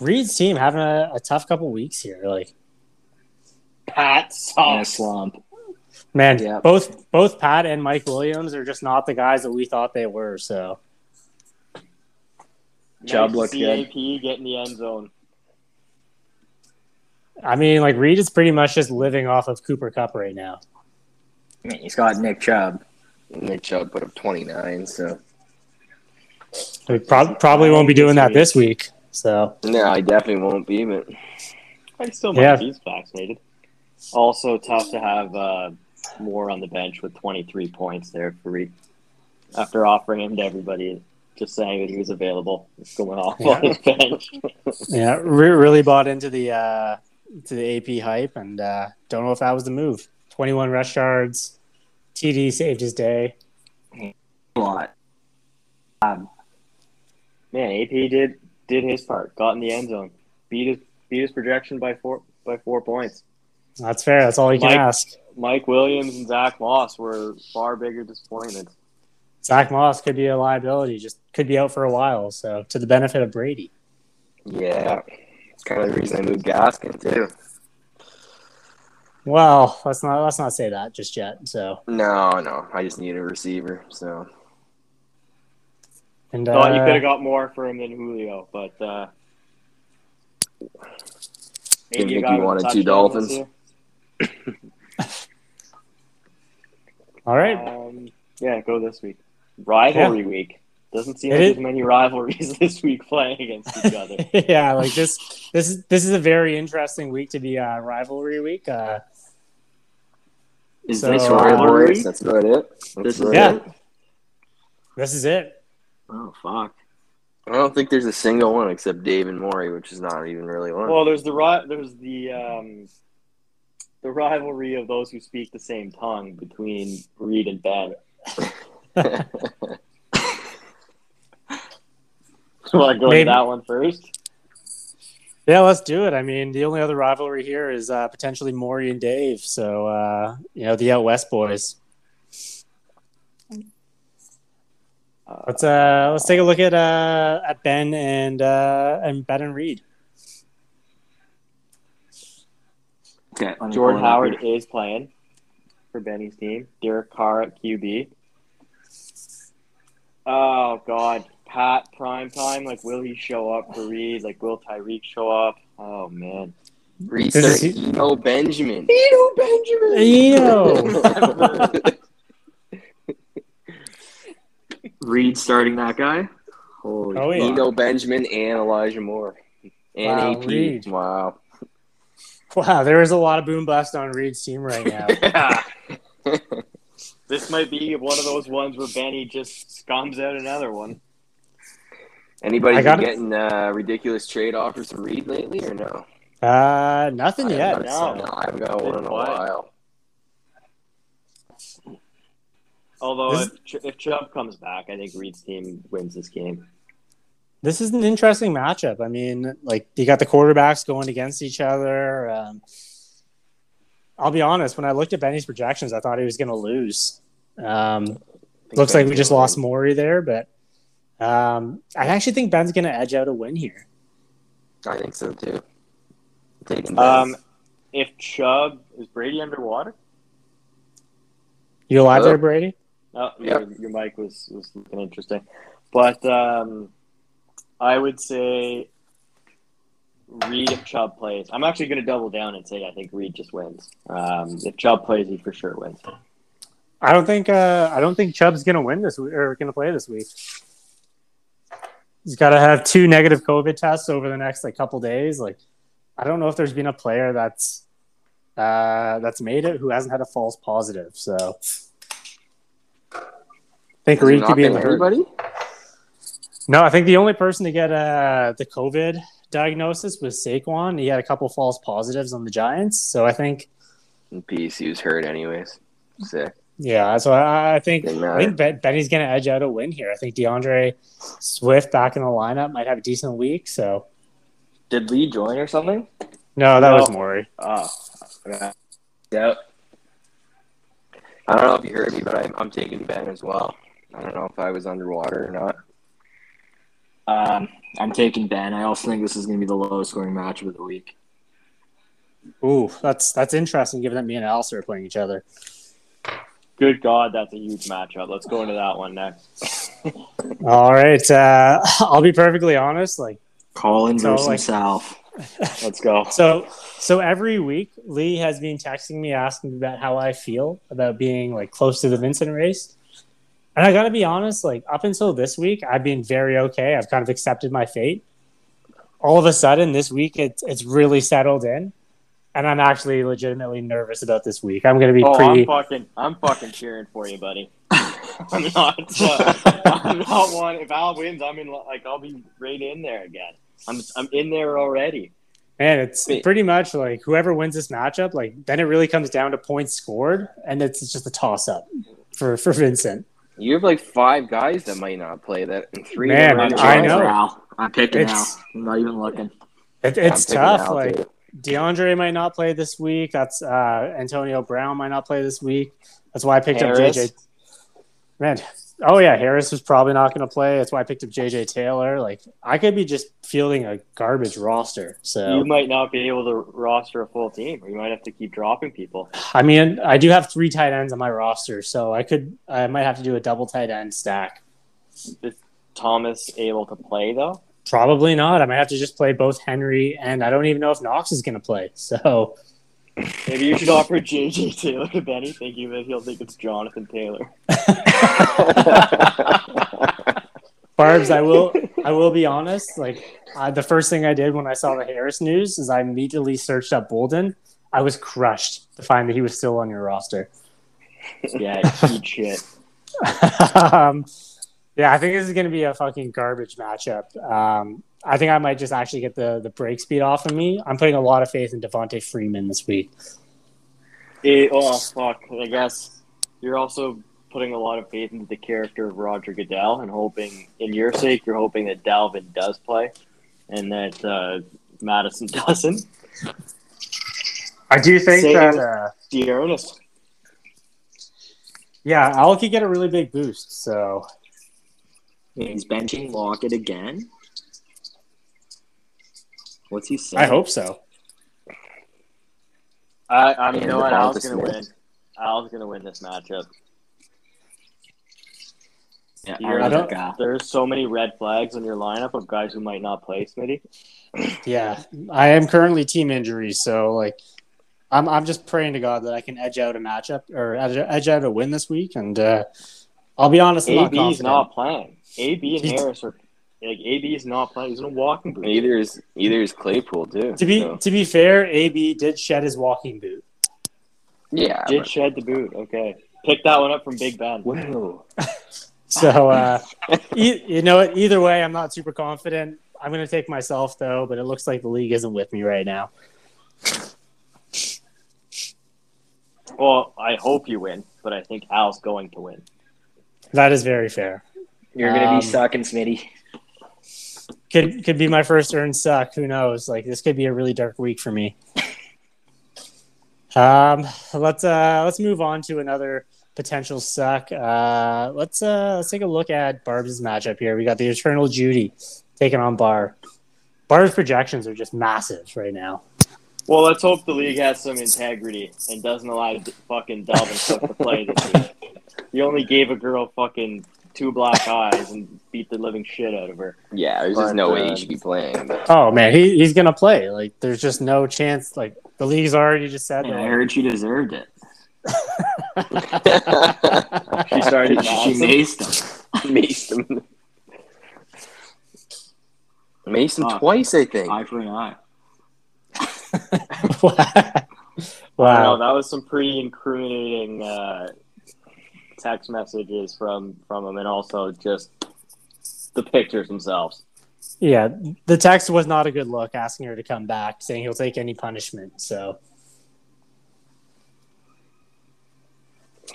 Speaker 1: Reed's team having a, a tough couple weeks here. Like,
Speaker 3: Pat
Speaker 5: In a
Speaker 3: sucks.
Speaker 5: slump.
Speaker 1: man,
Speaker 5: Yeah.
Speaker 1: both both Pat and Mike Williams are just not the guys that we thought they were. So
Speaker 2: Chubb
Speaker 3: nice
Speaker 2: looked good.
Speaker 3: CAP get in the end zone.
Speaker 1: I mean, like Reed is pretty much just living off of Cooper Cup right now.
Speaker 5: Man, he's got Nick Chubb.
Speaker 4: Nick Chubb put up 29, so.
Speaker 1: We prob- probably won't be doing that this week. So
Speaker 4: No, I definitely won't be, but
Speaker 3: I still might
Speaker 1: Yeah.
Speaker 3: be vaccinated. Also tough to have uh, Moore on the bench with 23 points there for Reed. After offering him to everybody, just saying that he was available, it's going off on his bench.
Speaker 1: Yeah, re- really bought into the uh, to the AP hype, and uh, don't know if that was the move. Twenty-one rush yards, TD saved his day.
Speaker 5: A lot.
Speaker 3: Man, AP did did his part, got in the end zone, beat his beat his projection by four by four points.
Speaker 1: That's fair. That's all you can
Speaker 3: Mike-
Speaker 1: ask.
Speaker 3: Mike Williams and Zach Moss were far bigger disappointments.
Speaker 1: Zach Moss could be a liability. Just could be out for a while. So to the benefit of Brady.
Speaker 4: yeah. It's kind of the reason I moved Gaskin, too.
Speaker 1: Well, let's not let's not say that just yet. So
Speaker 4: No, no. I just need a receiver, so.
Speaker 1: and uh,
Speaker 3: Thought you could have got more for him than Julio, but uh,
Speaker 4: Didn't
Speaker 3: maybe
Speaker 4: think
Speaker 3: got
Speaker 4: you
Speaker 3: him a
Speaker 4: wanted two
Speaker 3: touchdown
Speaker 4: Dolphins.
Speaker 3: this year.
Speaker 1: uh, all right.
Speaker 3: Um, yeah, go this week. Rivalry week. Doesn't seem
Speaker 1: It
Speaker 3: like
Speaker 1: is-
Speaker 3: there's many rivalries this week playing against each other.
Speaker 1: yeah, like this this is this is a very interesting week to be uh, rivalry week. Uh,
Speaker 5: Is
Speaker 1: So-
Speaker 5: this
Speaker 1: Uh,
Speaker 5: rivalry?
Speaker 4: Boys, That's about it. That's
Speaker 5: This is
Speaker 4: about
Speaker 1: yeah,
Speaker 4: it.
Speaker 1: this is it.
Speaker 5: Oh fuck.
Speaker 4: I don't think there's a single one except Dave and Maury, which is not even really one.
Speaker 3: Well, there's the ri- there's the um, the rivalry of those who speak the same tongue between Reed and Ben. Want to go
Speaker 1: Maybe-
Speaker 3: to that one first?
Speaker 1: Yeah, let's do it. I mean, the only other rivalry here is uh, potentially Maury and Dave. So, uh, you know, the out west boys.
Speaker 3: Uh,
Speaker 1: Let's uh, let's take a look at uh, at Ben and uh, and Ben and Reed.
Speaker 5: Okay. let me pull
Speaker 3: Jordan
Speaker 5: it up
Speaker 3: Howard
Speaker 5: here.
Speaker 3: is playing for Benny's team. Derek Carr at QB. Oh God, Pat prime time. Like, will he show up for Reed? Like, will Tyreek show up? Oh man,
Speaker 4: Research Eno Benjamin.
Speaker 2: Eno Benjamin.
Speaker 1: Eno.
Speaker 4: Reed starting that guy. Holy
Speaker 1: Oh, yeah.
Speaker 4: Eno Benjamin and Elijah Moore. And
Speaker 1: Wow,
Speaker 4: AP.
Speaker 1: Reed.
Speaker 4: Wow.
Speaker 1: Wow, there is a lot of boom bust on Reed's team right now.
Speaker 3: this might be one of those ones where Benny just scums out another one.
Speaker 4: Anybody
Speaker 1: I
Speaker 4: been
Speaker 1: gotta-
Speaker 4: getting uh, ridiculous trade offers from Reed lately or no?
Speaker 1: Uh, nothing
Speaker 4: I
Speaker 1: yet.
Speaker 4: haven't got-
Speaker 3: no.
Speaker 4: no, I haven't got
Speaker 3: Been
Speaker 4: one in a
Speaker 3: quiet.
Speaker 4: while.
Speaker 3: Although
Speaker 1: This-
Speaker 3: if, Ch- if Chubb comes back, I think Reed's team wins this game.
Speaker 1: This is an interesting matchup. I mean, like you got the quarterbacks going against each other. Um, I'll be honest. When I looked at Benny's projections, I thought he was going to lose. Um,
Speaker 4: I think
Speaker 1: looks like we
Speaker 4: Ben's
Speaker 1: just
Speaker 4: gonna
Speaker 1: lost
Speaker 4: win.
Speaker 1: Maury there, but um, I actually think Ben's going to edge out a win here.
Speaker 4: I think so too. Taking
Speaker 3: Um,
Speaker 4: Ben's.
Speaker 3: if Chubb is Brady underwater?
Speaker 1: You alive
Speaker 4: Hello?
Speaker 1: there, Brady?
Speaker 3: Oh,
Speaker 4: Yeah.
Speaker 3: your, your mic was, was looking interesting. But um, I would say Reed if Chubb plays. I'm actually going to double down and say I think Reed just wins. Um, if Chubb plays, he for sure wins.
Speaker 1: I don't think uh, I don't think Chubb's going to win this week or going to play this week. He's got to have two negative COVID tests over the next like couple days. Like, I don't know if there's been a player that's uh, that's made it who hasn't had a false positive. So, I think
Speaker 4: Is he
Speaker 1: Reed could be in
Speaker 4: knocking
Speaker 1: the herd.
Speaker 4: everybody.
Speaker 1: No, I think the only person to get uh, the COVID diagnosis was Saquon. He had a couple false positives on the Giants, so I think
Speaker 4: In peace, he was hurt anyways. Sick.
Speaker 1: yeah. So I, I think
Speaker 4: Didn't
Speaker 1: I
Speaker 4: matter.
Speaker 1: think ben, Benny's going to edge out a win here. I think DeAndre Swift back in the lineup might have a decent week. So
Speaker 3: Did Lee join or something?
Speaker 1: no, that
Speaker 3: No.
Speaker 1: was Maury.
Speaker 3: Oh,
Speaker 4: Yep. I don't know if you heard me, but I'm, I'm taking Ben as well. I don't know if I was underwater or not.
Speaker 5: Um, I'm taking Ben. I also think this is going to be the lowest scoring matchup of the week.
Speaker 1: Ooh, that's that's interesting. Given that me and Alistair are playing each other,
Speaker 3: good God, that's a huge matchup. Let's go into that one next.
Speaker 1: all right. Uh, I'll be perfectly honest. Like.
Speaker 5: Collins
Speaker 1: So,
Speaker 5: versus
Speaker 1: like-
Speaker 5: himself.
Speaker 3: Let's go.
Speaker 1: So so every week Lee has been texting me asking me about how I feel about being like close to the Vincent race. And I gotta be honest, like up until this week, I've been very okay. I've kind of accepted my fate. All of a sudden this week it's it's really settled in. And I'm actually legitimately nervous about this week. I'm gonna be
Speaker 3: Oh,
Speaker 1: pretty
Speaker 3: I'm fucking, I'm fucking cheering for you, buddy. I'm not, uh, I'm not one. If Al wins, I'm in. Like, I'll be right in there again. I'm, I'm in there already.
Speaker 1: Man, it's
Speaker 4: Wait.
Speaker 1: pretty much like whoever wins this matchup, like then it really comes down to points scored, and it's just a toss up for for Vincent.
Speaker 4: You have like five guys that might not play that, and three.
Speaker 1: Man,
Speaker 4: that
Speaker 5: I'm
Speaker 4: might
Speaker 1: I
Speaker 4: play.
Speaker 5: picking
Speaker 1: know.
Speaker 5: Al. I'm picking
Speaker 1: It's-
Speaker 5: Al. I'm not even looking.
Speaker 1: It,
Speaker 4: I'm
Speaker 1: it's
Speaker 4: picking
Speaker 1: tough.
Speaker 4: Al,
Speaker 1: Like
Speaker 4: too.
Speaker 1: DeAndre might not play this week. That's uh, Antonio Brown might not play this week. That's why I picked
Speaker 3: Harris.
Speaker 1: up JJ. Man, oh yeah, Harris was probably not going to play. That's why I picked up JJ Taylor. Like I could be just fielding a garbage roster.
Speaker 3: You
Speaker 1: So
Speaker 3: might not be able to roster a full team, or you might have to keep dropping people.
Speaker 1: I mean, I do have three tight ends on my roster, so I could I might have to do a double tight end stack.
Speaker 3: Thomas able to play though.
Speaker 1: Probably not. I might have to just play both Henry and I don't even know if Knox is going to play. So
Speaker 3: Maybe you should offer JJ Taylor to Benny, thinking that he'll think it's Jonathan Taylor.
Speaker 1: Barb's, I will, I will be honest. Like I, the first thing I did when I saw the Harris news is I immediately searched up Bolden. I was crushed to find that he was still on your roster.
Speaker 3: Yeah, eat shit.
Speaker 1: um, yeah, I think this is going to be a fucking garbage matchup. Um, I think I might just actually get the the break speed off of me. I'm putting a lot of faith in Devonte Freeman this week.
Speaker 3: Eh, oh fuck! I guess you're also putting a lot of faith into the character of Roger Goodell and hoping, in your sake, you're hoping that Dalvin does play and that uh, Madison doesn't.
Speaker 1: I do think
Speaker 3: Same.
Speaker 1: that. Uh,
Speaker 3: Dearness,
Speaker 1: yeah, Al could get a really big boost. So
Speaker 5: He's benching Lockett again. What's he saying?
Speaker 1: I hope so.
Speaker 3: I, I
Speaker 4: And
Speaker 3: mean, you know what? Al's
Speaker 4: Devonta
Speaker 3: gonna
Speaker 4: Smith.
Speaker 3: win. Al's gonna win this matchup.
Speaker 5: Yeah,
Speaker 3: You're
Speaker 5: I
Speaker 1: I
Speaker 5: don't,
Speaker 1: don't-
Speaker 3: There's so many red flags in your lineup of guys who might not play, Smitty.
Speaker 1: Yeah, I am currently team injury, so like, I'm I'm just praying to God that I can edge out a matchup or edge, edge out a win this week. And uh, I'll be honest, I'm not
Speaker 3: AB's
Speaker 1: confident.
Speaker 3: not playing. AB and
Speaker 1: He-
Speaker 3: Harris are like AB's not playing. He's in a walking boot.
Speaker 4: Either is either is Claypool too.
Speaker 1: To be
Speaker 4: so-
Speaker 1: to be fair, AB did shed his walking boot.
Speaker 4: yeah,
Speaker 3: Did shed the boot. Okay, pick that one up from Big Ben.
Speaker 4: Whoa.
Speaker 1: So uh, e- you know, what, either way, I'm not super confident. I'm going to take myself though, but it looks like the league isn't with me right now.
Speaker 3: Well, I hope you win, but I think Al's going to win.
Speaker 1: That is very fair.
Speaker 5: You're gonna
Speaker 1: Um,
Speaker 5: be sucking, Smitty.
Speaker 1: Could could be my first earned suck. Who knows? Like this could be a really dark week for me. Um, let's uh let's move on to another potential suck. Uh, let's uh let's take a look at Barb's matchup here. We got the Eternal Judy taking on Barb. Barb's projections are just massive right now.
Speaker 3: Well, let's hope the league has some integrity and doesn't allow d- fucking Dalvin Cook to play this week. He only gave a girl fucking two black eyes and beat the living shit out of her.
Speaker 4: yeah. There's
Speaker 3: But,
Speaker 4: just no way
Speaker 3: uh,
Speaker 4: he should be playing. But
Speaker 1: Oh man, he, he's gonna play. Like there's just no chance. Like the league's already just said
Speaker 5: And I
Speaker 1: that.
Speaker 5: heard she deserved it.
Speaker 3: She started.
Speaker 5: She maced him.
Speaker 4: Mason. Mason
Speaker 5: Uh,
Speaker 4: twice, I think.
Speaker 5: Eye for an eye.
Speaker 3: I know
Speaker 1: wow.
Speaker 3: that was some pretty incriminating uh, text messages from from him, and also just the pictures themselves.
Speaker 1: Yeah, the text was not a good look asking her to come back, saying he'll take any punishment. So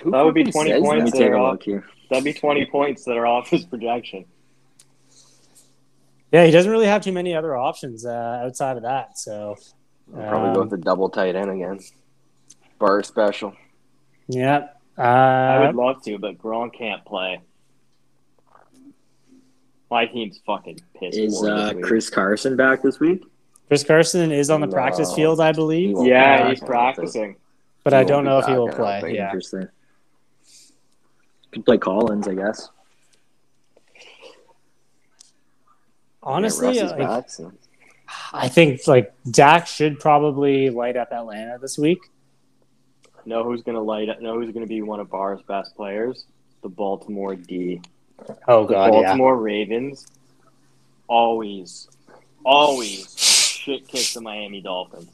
Speaker 4: Who
Speaker 3: that would be
Speaker 4: fucking says
Speaker 3: 20 points.
Speaker 5: Let me
Speaker 4: that?
Speaker 5: take a look here.
Speaker 3: That'd be twenty points that are off his projection.
Speaker 1: yeah, he doesn't really have too many other options uh, outside of that. So
Speaker 4: I'll probably go
Speaker 1: Um,
Speaker 4: with the double tight end again. Bar special.
Speaker 1: yeah, uh,
Speaker 3: I would love to, but Gronk can't play. My team's fucking pissed.
Speaker 5: Is
Speaker 3: poor this
Speaker 5: uh,
Speaker 3: week.
Speaker 5: Chris Carson back this week?
Speaker 1: Chris Carson is on the
Speaker 4: No.
Speaker 1: practice field, I
Speaker 4: He
Speaker 1: believe,
Speaker 4: won't
Speaker 3: yeah,
Speaker 4: be back.
Speaker 3: he's practicing.
Speaker 1: but
Speaker 4: He
Speaker 1: I
Speaker 4: won't
Speaker 1: don't
Speaker 4: be
Speaker 1: know if he
Speaker 4: back,
Speaker 1: will
Speaker 4: I don't
Speaker 1: play.
Speaker 4: think.
Speaker 1: Yeah,
Speaker 5: Interesting. Could play Collins, I guess.
Speaker 1: honestly,
Speaker 4: yeah, Russ is
Speaker 1: like,
Speaker 4: back, so.
Speaker 1: I think like Dak should probably light up Atlanta this week.
Speaker 3: Know who's gonna light up? Know who's gonna be one of Barr's best players? The Baltimore D.
Speaker 1: Oh
Speaker 3: the Baltimore Ravens always, always shit kick the Miami Dolphins.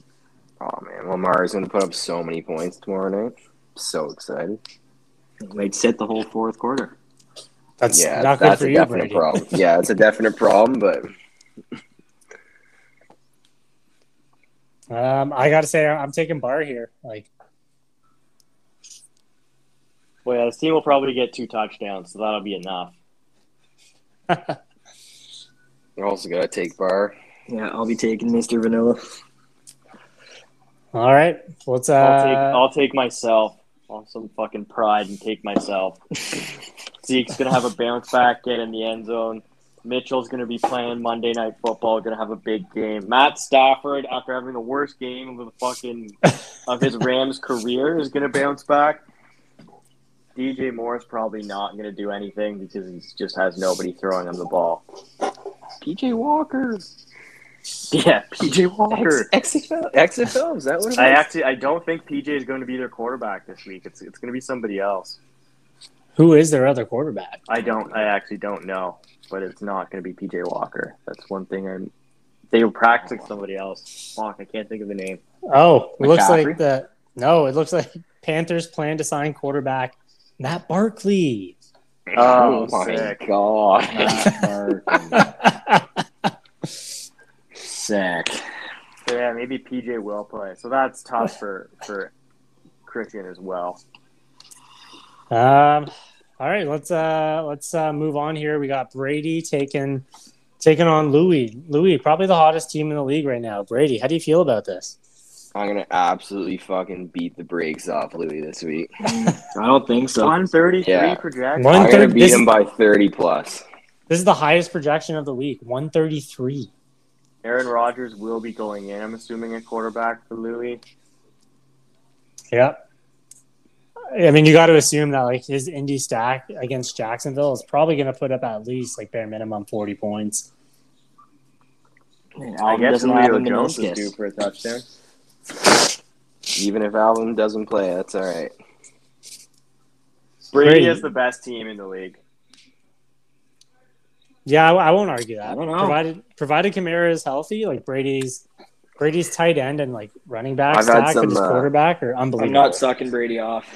Speaker 4: Oh man, Lamar's gonna put up so many points tomorrow night. So excited.
Speaker 5: Like sit the whole fourth quarter.
Speaker 1: that's
Speaker 4: yeah,
Speaker 1: not good
Speaker 4: that's
Speaker 1: for
Speaker 4: a
Speaker 1: you,
Speaker 4: definite
Speaker 1: Brady.
Speaker 4: problem. Yeah, it's a definite problem, but
Speaker 1: Um, I gotta say, I'm taking Bar here. Like,
Speaker 3: Well, yeah, this team will probably get two touchdowns, so that'll be enough.
Speaker 4: we're also gonna take Bar.
Speaker 5: Yeah, I'll be taking Mr. Vanilla.
Speaker 1: all right, let's uh,
Speaker 3: I'll take, I'll take myself. I'll have some fucking pride and take myself. Zeke's gonna have a bounce back, get in the end zone. Mitchell's gonna be playing Monday Night Football, gonna have a big game. Matt Stafford, after having the worst game of the fucking of his Rams career, is gonna bounce back. DJ Moore's probably not gonna do anything because he just has nobody throwing him the ball.
Speaker 4: PJ Walker.
Speaker 3: Yeah, PJ Walker.
Speaker 4: X- XFL XFL, is that what it
Speaker 3: I
Speaker 4: was?
Speaker 3: actually I don't think PJ is going to be their quarterback this week. It's it's going to be somebody else.
Speaker 1: Who is their other quarterback?
Speaker 3: I don't. I actually don't know, but it's not going to be PJ Walker. That's one thing. I'm. They were practicing somebody else. Fuck, I can't think of the name.
Speaker 1: Oh, it looks
Speaker 4: McCaffrey?
Speaker 1: like the no. It looks like Panthers plan to sign quarterback Matt Barkley.
Speaker 3: Oh,
Speaker 4: my
Speaker 3: sick.
Speaker 4: god.
Speaker 5: Sick.
Speaker 3: So yeah, maybe PJ will play. So that's tough for for Christian as well.
Speaker 1: Um, all right, let's uh let's uh move on here. We got Brady taking taking on Louis. Louis, probably the hottest team in the league right now. Brady, how do you feel about this?
Speaker 4: I'm gonna absolutely fucking beat the brakes off Louis this week.
Speaker 5: I don't think so.
Speaker 3: One thirty three
Speaker 4: Yeah.
Speaker 3: projection.
Speaker 1: One-
Speaker 4: I'm gonna
Speaker 1: third-
Speaker 4: beat
Speaker 1: this-
Speaker 4: him by thirty plus.
Speaker 1: This is the highest projection of the week, one thirty three.
Speaker 3: Aaron Rodgers will be going in. I'm assuming a quarterback for Louis.
Speaker 1: Yep. I mean, you got to assume that like his indie stack against Jacksonville is probably going to put up at least like bare minimum forty points.
Speaker 5: mean,
Speaker 3: I
Speaker 5: Alvin
Speaker 3: guess
Speaker 5: doesn't have a
Speaker 3: Julio Jones is due
Speaker 5: meniscus.
Speaker 3: for a touchdown.
Speaker 4: Even if Alvin doesn't play, that's all right.
Speaker 3: Brady
Speaker 1: Brady.
Speaker 3: is the best team in the league.
Speaker 1: Yeah, I, I won't argue that.
Speaker 5: I don't know.
Speaker 1: Provided provided Kamara is healthy, like Brady's Brady's tight end and like running back
Speaker 4: I've had
Speaker 1: stack
Speaker 4: some,
Speaker 1: and his
Speaker 4: uh,
Speaker 1: quarterback are unbelievable.
Speaker 2: I'm not sucking Brady off.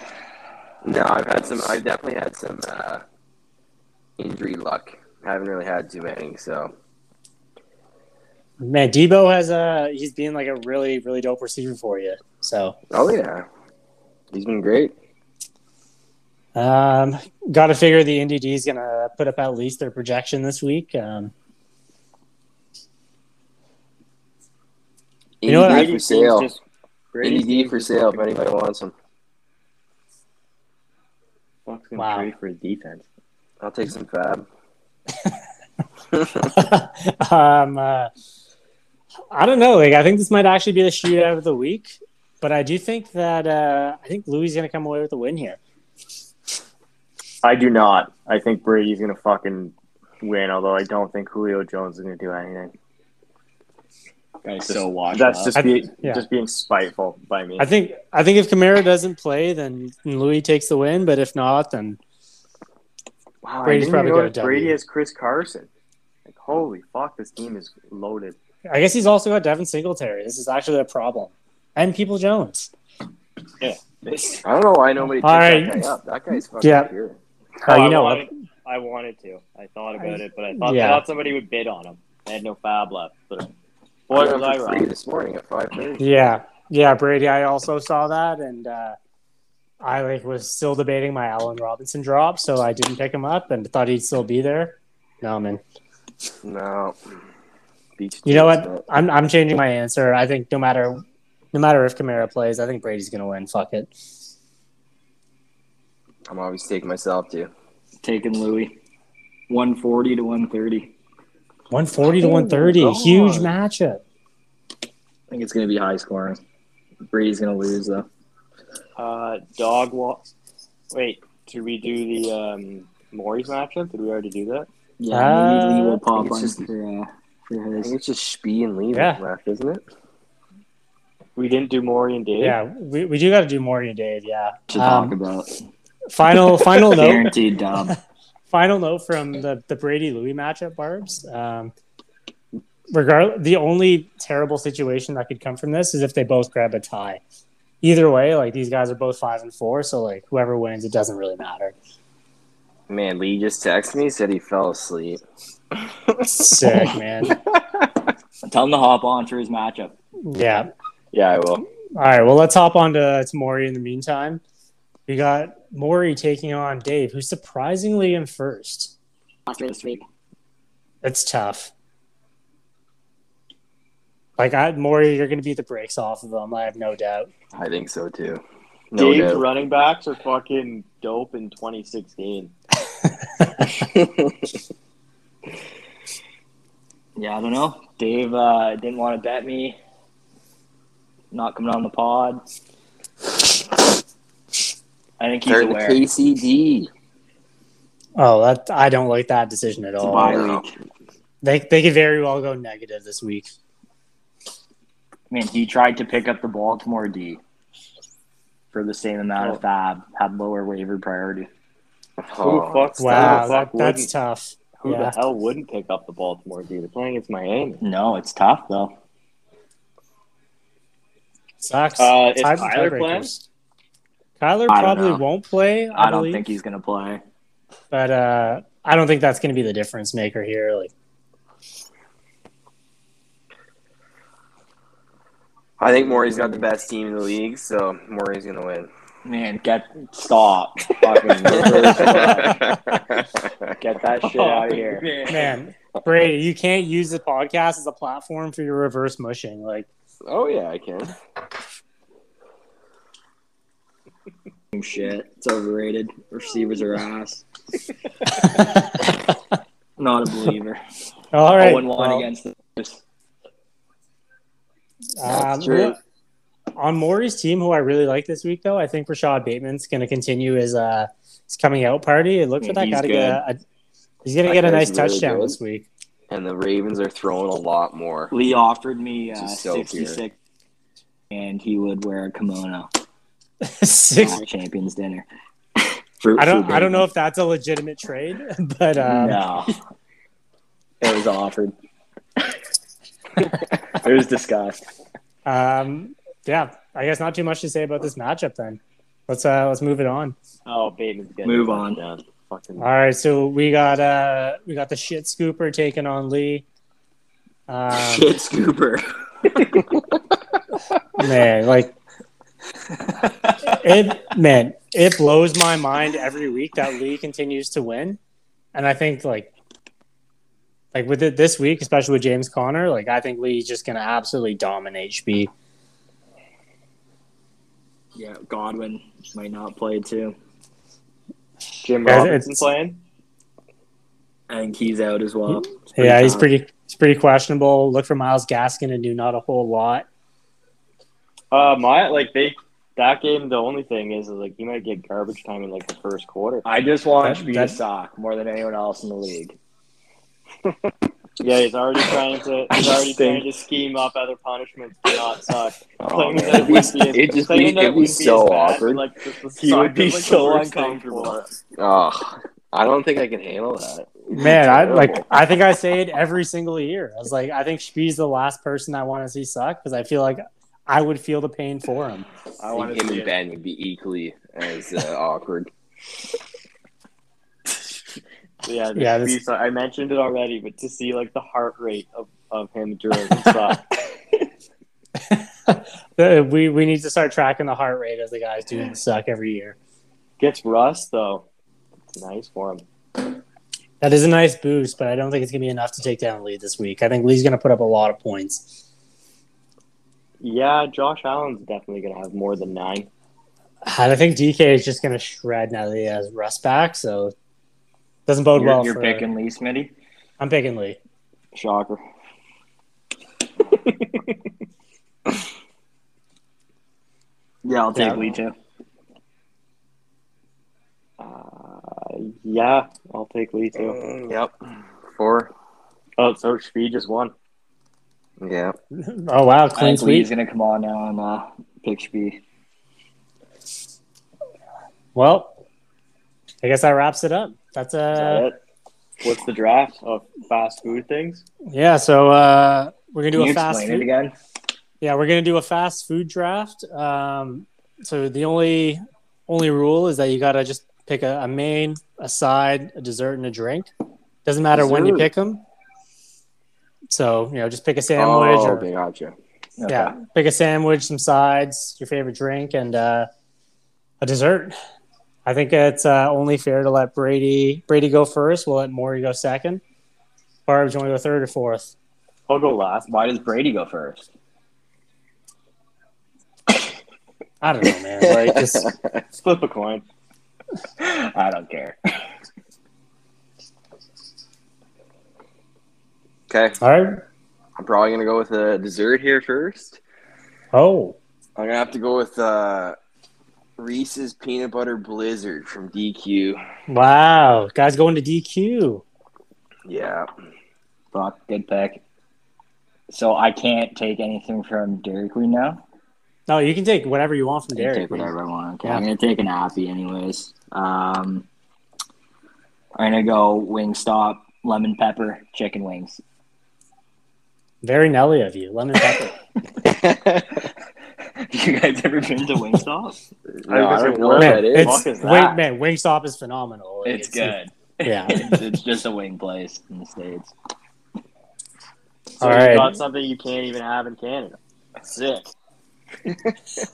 Speaker 4: No, I've had some. I've definitely had some uh, injury luck. I haven't really had too many, so
Speaker 1: Man, Debo has a he's being like a really really dope receiver for you. So
Speaker 4: oh yeah, he's been great.
Speaker 1: um, got to figure the NDD is gonna put up at least their projection this week. Um, You know what?
Speaker 4: Indy
Speaker 1: I-
Speaker 4: E for sale.
Speaker 3: Just,
Speaker 4: Indy
Speaker 3: Brady's
Speaker 4: D for sale. If anybody wants him,
Speaker 3: fucking
Speaker 1: Wow.
Speaker 3: trade for his defense.
Speaker 4: I'll take some fab.
Speaker 1: um, uh, I don't know. Like, I think this might actually be the shootout of the week, but I do think that uh, I think Louis is going to come away with a win here.
Speaker 3: I do not. I think Brady's gonna fucking win. Although I don't think Julio Jones is gonna do anything.
Speaker 5: Guys,
Speaker 3: Just-
Speaker 5: so watch.
Speaker 3: That's
Speaker 5: out.
Speaker 3: just
Speaker 1: I-
Speaker 3: be,
Speaker 1: yeah.
Speaker 3: just being spiteful by me.
Speaker 1: I think I think if Kamara doesn't play, then Louis takes the win. But if not, then
Speaker 3: wow, I
Speaker 1: Brady's
Speaker 3: didn't
Speaker 1: probably
Speaker 3: even
Speaker 1: got a
Speaker 3: notice
Speaker 1: W.
Speaker 3: Brady is Chris Carson. Like, holy fuck, this team is loaded.
Speaker 1: I guess he's also got Devin Singletary. This is actually a problem, and People Jones.
Speaker 4: I don't know why nobody picked
Speaker 1: All
Speaker 4: that
Speaker 1: right.
Speaker 4: guy up. That guy's fucking
Speaker 1: Yeah.
Speaker 4: pure.
Speaker 1: Oh,
Speaker 3: I
Speaker 1: you know what?
Speaker 3: wanted, I wanted to. I thought about
Speaker 1: I-
Speaker 3: it, but I thought,
Speaker 1: yeah.
Speaker 3: I thought somebody would bid on him. I had no fab left. But
Speaker 4: I
Speaker 3: boy,
Speaker 4: got
Speaker 3: was I
Speaker 4: him for free
Speaker 3: wrong.
Speaker 4: this morning at five thirty.
Speaker 1: Yeah, yeah, Brady. I also saw that, and uh, I like was still debating my Allen Robinson drop, so I didn't pick him up and thought he'd still be there. No, man.
Speaker 4: No, Beach
Speaker 1: You know
Speaker 4: teams,
Speaker 1: what? I'm I'm changing my answer. I think no matter no matter if Kamara plays, I think Brady's gonna win. Fuck it.
Speaker 4: but I'm always taking myself too.
Speaker 5: taking Louis, one forty to one thirty.
Speaker 1: One forty to
Speaker 5: Oh,
Speaker 1: one thirty.
Speaker 5: God.
Speaker 1: Huge matchup.
Speaker 5: I think it's gonna be high scoring. Brady's gonna lose though.
Speaker 3: Uh, dog walk. Wait, did we do the um, Maury's matchup? Did we already do that?
Speaker 5: Yeah, uh, maybe
Speaker 1: Uh,
Speaker 5: Lee will pop
Speaker 4: it's
Speaker 5: on
Speaker 4: just-
Speaker 5: for uh, for
Speaker 4: I
Speaker 5: his.
Speaker 4: think it's just Spee and Lee
Speaker 1: Yeah.
Speaker 4: left, isn't it?
Speaker 3: We didn't do Maury and Dave.
Speaker 1: Yeah, we, we do gotta do more to Dave, yeah.
Speaker 5: to talk
Speaker 1: Um,
Speaker 5: about.
Speaker 1: final final note
Speaker 5: Guaranteed dub.
Speaker 1: final note from the, the Brady Louis matchup, Barb's. Um regard the only terrible situation that could come from this is if they both grab a tie. Either way, like these guys are both five and four, so like whoever wins, it doesn't really matter.
Speaker 4: Man, Lee just texted me. Said he fell asleep.
Speaker 1: Sick, man.
Speaker 5: Tell him to hop on for his matchup.
Speaker 1: Yeah.
Speaker 4: Yeah, I will.
Speaker 1: All right, well, let's hop on to, to Maury in the meantime. We got Maury taking on Dave, who's surprisingly in first.
Speaker 5: this week.
Speaker 1: It's tough. Like, I, Maury, you're going to beat the brakes off of him. I have no doubt.
Speaker 4: I think so too. No
Speaker 3: Dave's
Speaker 4: doubt.
Speaker 3: running backs are fucking dope in 2016.
Speaker 5: Yeah, I don't know. Dave uh, didn't want to bet me. Not coming on the pod. I think he's
Speaker 4: They're the
Speaker 5: aware.
Speaker 4: KCD.
Speaker 1: Oh, that I don't like that decision at
Speaker 5: It's a
Speaker 1: all.
Speaker 5: bye
Speaker 4: no.
Speaker 5: week.
Speaker 1: They, they could very well go negative this week.
Speaker 5: I mean, he tried to pick up the Baltimore D for the same amount
Speaker 1: Oh.
Speaker 5: of fab, had lower waiver priority.
Speaker 3: Who the
Speaker 4: Oh,
Speaker 3: fuck?
Speaker 1: Wow, that,
Speaker 3: Who the fuck
Speaker 1: that's
Speaker 3: wouldn't-
Speaker 1: tough.
Speaker 3: Who
Speaker 1: yeah.
Speaker 3: the hell wouldn't pick up the Baltimore D? They're playing against Miami.
Speaker 5: No, it's tough though.
Speaker 1: Sucks.
Speaker 3: Uh, is
Speaker 1: Tie-
Speaker 3: Kyler
Speaker 1: tiebreakers.
Speaker 3: playing?
Speaker 1: Kyler
Speaker 5: I don't
Speaker 1: probably
Speaker 5: know.
Speaker 1: won't play. I,
Speaker 5: I don't
Speaker 1: believe.
Speaker 5: think he's gonna play.
Speaker 1: but uh, I don't think that's going to be the difference maker here. Like,
Speaker 4: I think Maury's got the best team in the league, so Maury's gonna win.
Speaker 5: Man, get stop. Fucking get that shit out of here.
Speaker 1: Oh, man, Brady, you can't use the podcast as a platform for your reverse mushing. Like,
Speaker 4: oh yeah, I can.
Speaker 5: Shit, it's overrated. Receivers are ass. Not a believer. Oh
Speaker 1: all
Speaker 5: All
Speaker 1: right,
Speaker 5: one
Speaker 1: well,
Speaker 5: against the
Speaker 4: That's
Speaker 1: um,
Speaker 4: true.
Speaker 1: on Maury's team, who I really like this week, though, I think Rashad Bateman's going to continue his uh his coming out party. Look for
Speaker 4: Yeah,
Speaker 1: that guy
Speaker 4: Mm, he's
Speaker 1: to get a, a he's going
Speaker 4: That
Speaker 1: to get a
Speaker 4: guy's
Speaker 1: nice
Speaker 4: really
Speaker 1: touchdown
Speaker 4: good.
Speaker 1: this week.
Speaker 4: and the Ravens are throwing a lot more.
Speaker 5: Lee offered me uh,
Speaker 4: Just so
Speaker 5: 66 and he would wear a kimono
Speaker 1: Six.
Speaker 5: at Champions Dinner.
Speaker 4: For-
Speaker 1: I don't I
Speaker 4: for
Speaker 1: don't
Speaker 4: Bateman.
Speaker 1: know if that's a legitimate trade, but um,
Speaker 5: no.
Speaker 2: It was offered. it was discussed.
Speaker 1: um yeah, I guess not too much to say about this matchup. Then let's uh let's move it on.
Speaker 3: Oh, Bateman's getting
Speaker 5: Move
Speaker 3: a
Speaker 5: on.
Speaker 3: touchdown. Fucking
Speaker 1: All right, so we got uh we got the shit scooper taking on Lee. Um,
Speaker 4: Shit, Scooper.
Speaker 1: man, like it, man, it blows my mind every week that Lee continues to win, and I think like, like with it this week, especially with James Conner, like I think Lee's just gonna absolutely dominate HB.
Speaker 5: Yeah, Godwin might not play too.
Speaker 3: Jim
Speaker 1: Guys,
Speaker 3: Robinson
Speaker 1: it's-
Speaker 3: playing.
Speaker 5: I think he's out as well.
Speaker 1: Yeah, he's
Speaker 5: bad.
Speaker 1: pretty, he's pretty questionable. Look for Miles Gaskin to do not a whole lot.
Speaker 3: Uh, my like they that game. The only thing is, is like you might get garbage time in like the first quarter.
Speaker 2: I just want
Speaker 1: That-
Speaker 2: to be
Speaker 1: that-
Speaker 2: a sock more than anyone else in the league.
Speaker 3: Yeah, he's already trying to he's already
Speaker 2: Stink.
Speaker 3: trying to scheme up other punishments to not suck.
Speaker 4: Oh,
Speaker 3: Playing
Speaker 4: man.
Speaker 3: that wouldn't be as-
Speaker 4: It just
Speaker 3: playing
Speaker 4: be-
Speaker 3: that
Speaker 4: it'd be
Speaker 3: wouldn't as
Speaker 4: so
Speaker 3: bad,
Speaker 4: awkward.
Speaker 3: Like, just the
Speaker 2: He
Speaker 3: suck
Speaker 2: would be
Speaker 3: is, like, the
Speaker 2: so
Speaker 3: worst thing for
Speaker 2: uncomfortable.
Speaker 3: us.
Speaker 4: Oh, I don't think I can handle that.
Speaker 1: Man, I like.
Speaker 4: Terrible.
Speaker 1: I think I say it every single year. I was like, I think Shbee's the last person I want to see suck because I feel like I would feel the pain for him.
Speaker 2: I
Speaker 4: I
Speaker 2: want
Speaker 4: think
Speaker 2: to
Speaker 4: him
Speaker 2: see
Speaker 4: and
Speaker 2: it.
Speaker 4: Ben would be equally as uh, awkward.
Speaker 1: Yeah,
Speaker 3: Yeah, yeah.
Speaker 1: this-
Speaker 3: so I mentioned it already, but to see like the heart rate of, of him during the suck.
Speaker 1: The- Uh, we we need to start tracking the heart rate of the guys doing the suck every year.
Speaker 3: gets rust though. It's nice for him.
Speaker 1: That is a nice boost, but I don't think it's gonna be enough to take down Lee this week. I think Lee's gonna put up a lot of points.
Speaker 3: Yeah, Josh Allen's definitely gonna have more than nine.
Speaker 1: And I think DK is just gonna shred now that he has Russ back, so doesn't bode
Speaker 5: You're,
Speaker 1: well.
Speaker 5: you're
Speaker 1: for-
Speaker 5: picking Lee Smitty?
Speaker 1: I'm picking Lee.
Speaker 5: Shocker. yeah, I'll take
Speaker 1: Yeah.
Speaker 5: Lee too.
Speaker 3: Uh, yeah, I'll take Lee too.
Speaker 4: Mm, yep. Four.
Speaker 3: Oh, so Shvee just won.
Speaker 4: Yeah.
Speaker 1: Oh wow,
Speaker 5: I
Speaker 1: clean
Speaker 5: think Lee's
Speaker 1: sweep.
Speaker 5: going to come on now and uh, pick Spee.
Speaker 1: Well, I guess that wraps it up. That's
Speaker 3: Is that
Speaker 1: uh
Speaker 3: it? What's the draft of fast food things?
Speaker 1: yeah. So uh, we're gonna do
Speaker 5: Can you
Speaker 1: a fast
Speaker 5: explain
Speaker 1: food-
Speaker 5: it again?
Speaker 1: Yeah, we're gonna do a fast food draft. Um, so the only only rule is that you gotta just pick a, a main, a side, a dessert, and a drink. Doesn't matter when you
Speaker 4: Dessert.
Speaker 1: pick them. So you know, just pick a sandwich
Speaker 4: Oh,
Speaker 1: or
Speaker 4: okay, gotcha.
Speaker 5: Okay.
Speaker 1: yeah, pick a sandwich, some sides, your favorite drink, and uh, a dessert. I think it's uh, only fair to let Brady Brady go first. We'll let Maury go second. Barb, do you want to go third or fourth?
Speaker 3: I'll go last.
Speaker 5: Why does Brady go first?
Speaker 1: I don't know, man. Like, just,
Speaker 3: Flip a coin.
Speaker 5: I don't care.
Speaker 4: Okay,
Speaker 1: all right.
Speaker 4: I'm probably gonna go with a dessert here first.
Speaker 1: Oh,
Speaker 4: I'm gonna have to go with uh, Reese's peanut butter blizzard from DQ.
Speaker 1: Wow, guys going to DQ.
Speaker 4: Yeah.
Speaker 5: Fuck, good pick. So I can't take anything from Dairy Queen now.
Speaker 1: No, you can take whatever you want from
Speaker 5: I can
Speaker 1: Derek.
Speaker 5: take whatever I want. Okay, I'm gonna take an appy anyways. Um, I'm gonna go Wingstop lemon pepper chicken wings.
Speaker 1: Very Nelly of you. Lemon pepper.
Speaker 5: you guys ever been to Wingstop?
Speaker 4: No, I don't know what
Speaker 1: man,
Speaker 4: that is.
Speaker 1: it's,
Speaker 3: Fuck is
Speaker 1: wait,
Speaker 3: that?
Speaker 1: man, Wingstop is phenomenal. Like,
Speaker 5: It's good.
Speaker 1: Yeah.
Speaker 5: It's, it's just a wing place in the states.
Speaker 3: So
Speaker 1: All
Speaker 3: you
Speaker 1: right.
Speaker 3: got something you can't even have in Canada. Sick. so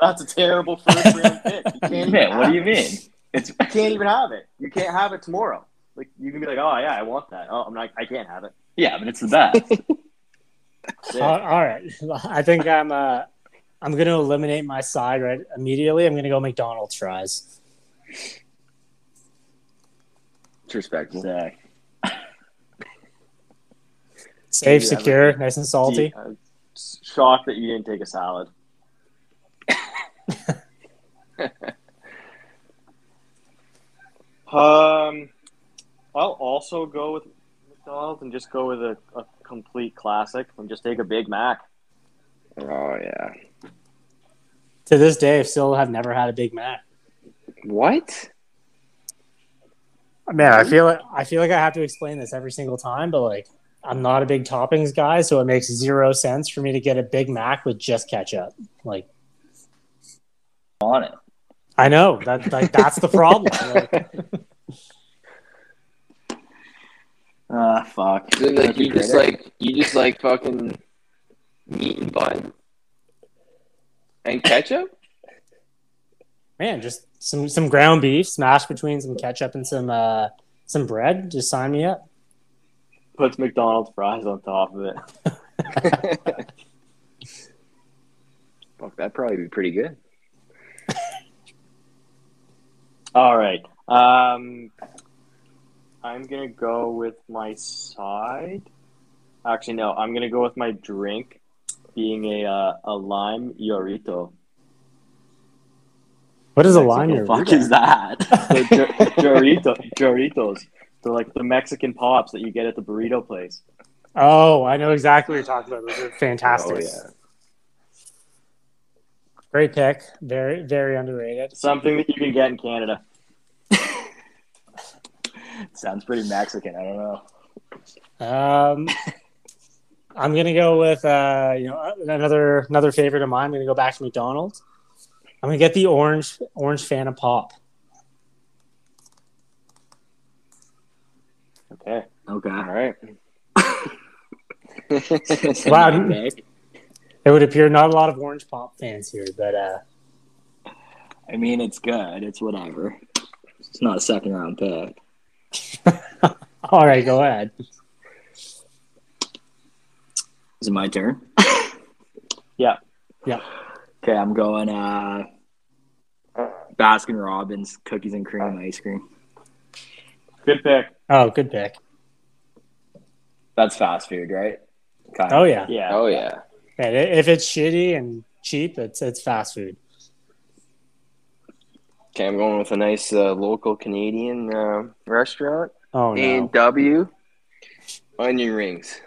Speaker 3: that's a terrible first round pick. You can't, even
Speaker 5: Man, what
Speaker 3: have
Speaker 5: do you
Speaker 3: it.
Speaker 5: mean? It's
Speaker 3: You can't even have it. You can't have it tomorrow. Like you can be like, oh yeah, I want that. Oh, I'm not. I can't have it.
Speaker 5: yeah, but it's the best.
Speaker 1: All- all right. I think I'm. Uh, I'm going to eliminate my side right immediately. I'm going to go McDonald's fries.
Speaker 4: It's respectful.
Speaker 5: Sick.
Speaker 1: Safe,
Speaker 3: you have
Speaker 1: secure, nice and salty.
Speaker 3: Uh, Gee, I'm shocked that you didn't take a salad. Um, also go with McDonald's and just go with a, a complete classic and just take a Big Mac.
Speaker 4: Oh yeah.
Speaker 1: To this day, I still have never had a Big Mac.
Speaker 4: What?
Speaker 1: Man, I feel like I feel like I have to explain this every single time, but like I'm not a big toppings guy, so it makes zero sense for me to get a Big Mac with just ketchup. Like
Speaker 5: on it.
Speaker 1: I know that like that's the problem. Like,
Speaker 5: Ah, fuck.
Speaker 4: Like,
Speaker 5: Like
Speaker 4: you
Speaker 5: a
Speaker 4: just
Speaker 5: critic.
Speaker 4: like you just like fucking meat and bun and ketchup.
Speaker 1: man, just some some ground beef smashed between some ketchup and some uh some bread. Just sign me up.
Speaker 3: Puts McDonald's fries on top of it.
Speaker 4: Fuck, that'd probably be pretty good.
Speaker 3: All right. Um, I'm gonna go with my side. Actually, no. I'm gonna go with my drink, being a uh, a lime yorito.
Speaker 1: What is a lime?
Speaker 5: the
Speaker 1: you're-
Speaker 5: fuck is that?
Speaker 3: So, jo-
Speaker 4: Oh,
Speaker 3: Jorito, Joritos. They're like the Mexican pops that you get at the burrito place.
Speaker 1: Oh, I know exactly what you're talking about. Those are fantastic.
Speaker 4: Oh yeah.
Speaker 1: Great pick. Very very underrated.
Speaker 3: Something that you can get in Canada.
Speaker 5: Sounds pretty Mexican. I don't know.
Speaker 1: Um, I'm gonna go with uh, you know another another favorite of mine. I'm gonna go back to McDonald's. I'm gonna get the orange orange Fanta pop.
Speaker 3: Okay.
Speaker 5: Okay.
Speaker 4: All right.
Speaker 1: Wow, it would appear not a lot of orange pop fans here, but uh,
Speaker 5: I mean, it's good. It's whatever. It's not a second round pick.
Speaker 1: all right, go ahead.
Speaker 5: Is it my turn?
Speaker 3: Yeah.
Speaker 1: Yeah.
Speaker 5: Okay, I'm going uh Baskin Robbins cookies and cream ice cream.
Speaker 3: Good pick.
Speaker 1: Oh, good pick.
Speaker 5: That's fast food, right? Kind
Speaker 1: Oh yeah,
Speaker 3: Yeah.
Speaker 4: Oh yeah.
Speaker 1: And i- if it's shitty and cheap, it's it's fast food.
Speaker 4: Okay, I'm going with a nice uh, local Canadian uh, restaurant.
Speaker 1: Oh
Speaker 4: A
Speaker 1: no,
Speaker 4: W. Onion rings.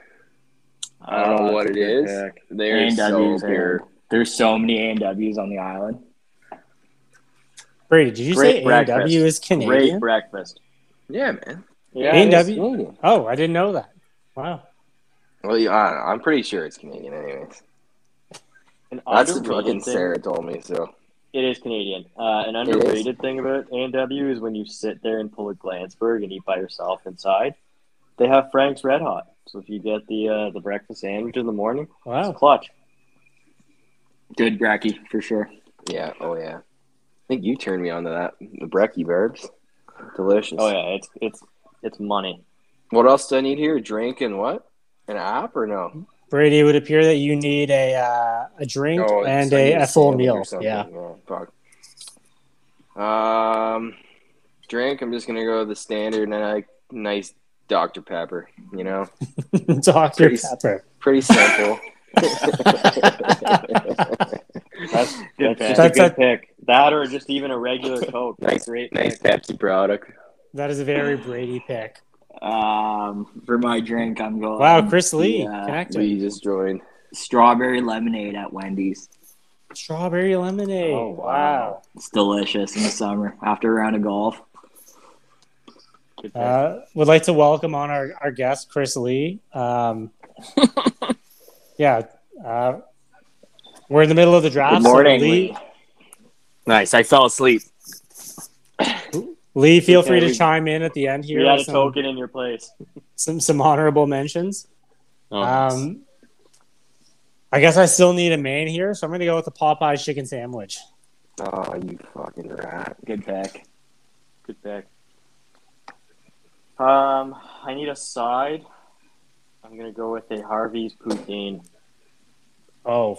Speaker 4: I don't know
Speaker 3: Uh,
Speaker 4: what it is.
Speaker 3: pick.
Speaker 4: They're so
Speaker 5: A&Ws,
Speaker 4: pure.
Speaker 5: man. There's so many A&Ws on the island.
Speaker 1: Brady, did you say
Speaker 3: Great
Speaker 1: A&W is
Speaker 3: Great
Speaker 1: Canadian?
Speaker 3: breakfast.
Speaker 4: Yeah, man.
Speaker 3: Yeah.
Speaker 1: A&W?
Speaker 3: it is.
Speaker 1: Oh, I didn't know that. Wow.
Speaker 4: Well, yeah, I don't know. I'm pretty sure it's Canadian, anyways.
Speaker 3: An
Speaker 1: Oh,
Speaker 4: That's the
Speaker 3: underrated
Speaker 4: fucking
Speaker 3: thing-
Speaker 4: Sarah told me. So
Speaker 3: It is Canadian. Uh, an
Speaker 4: is.
Speaker 3: underrated thing about A&W is when you sit there and pull a Glansburg and eat by yourself inside, they have Frank's Red Hot. So if you get the uh, the breakfast sandwich in the morning, it's
Speaker 1: Wow.
Speaker 3: clutch.
Speaker 5: Good Bracky, for sure.
Speaker 4: yeah, oh yeah. I think you turned me on to that. The brekkie verbs. Delicious.
Speaker 3: Oh yeah, it's it's it's money.
Speaker 4: What else do I need here? Drink and what? An app or no?
Speaker 1: Brady, it would appear that you need a uh, a drink
Speaker 4: Oh,
Speaker 1: and
Speaker 4: I need
Speaker 1: a, a full
Speaker 4: sandwich
Speaker 1: meal.
Speaker 4: or something.
Speaker 1: Yeah.
Speaker 4: fuck. Um, drink. I'm just gonna go with the standard and I like nice Dr Pepper. You know,
Speaker 1: Dr.
Speaker 4: Pretty-
Speaker 1: Pepper.
Speaker 4: pretty simple.
Speaker 3: That's
Speaker 5: Good
Speaker 1: pick.
Speaker 3: that's, just a
Speaker 1: That's
Speaker 3: good pick. That or just even a regular Coke.
Speaker 4: Nice-
Speaker 3: Great
Speaker 4: nice
Speaker 3: pick.
Speaker 4: Pepsi product.
Speaker 1: That is a very Brady pick.
Speaker 5: Um, for my drink, I'm going.
Speaker 1: Wow, Chris Lee,
Speaker 5: Yeah.
Speaker 1: connector.
Speaker 4: We just joined.
Speaker 5: Strawberry lemonade at Wendy's.
Speaker 1: Strawberry lemonade.
Speaker 5: Oh,
Speaker 1: wow.
Speaker 5: wow. It's delicious in the summer after a round of golf.
Speaker 3: Good pick.
Speaker 1: Uh, would like to welcome on our, our guest, Chris Lee. Um, yeah. Uh, we're in the middle of the draft.
Speaker 5: Good
Speaker 1: so
Speaker 5: morning,
Speaker 1: Lee,
Speaker 6: Nice. I fell asleep.
Speaker 1: Lee, feel free
Speaker 3: Okay,
Speaker 1: to
Speaker 3: we-
Speaker 1: chime in at the end here.
Speaker 3: you had
Speaker 1: with
Speaker 3: a
Speaker 1: some,
Speaker 3: token in your place.
Speaker 1: some, some honorable mentions.
Speaker 6: Oh, nice.
Speaker 1: Um, I guess I still need a man here, so I'm going to go with the Popeyes chicken sandwich.
Speaker 4: Oh, you fucking rat.
Speaker 5: Good pick.
Speaker 3: Good pick. Um, I need a side. I'm gonna go with a Harvey's poutine.
Speaker 1: Oh,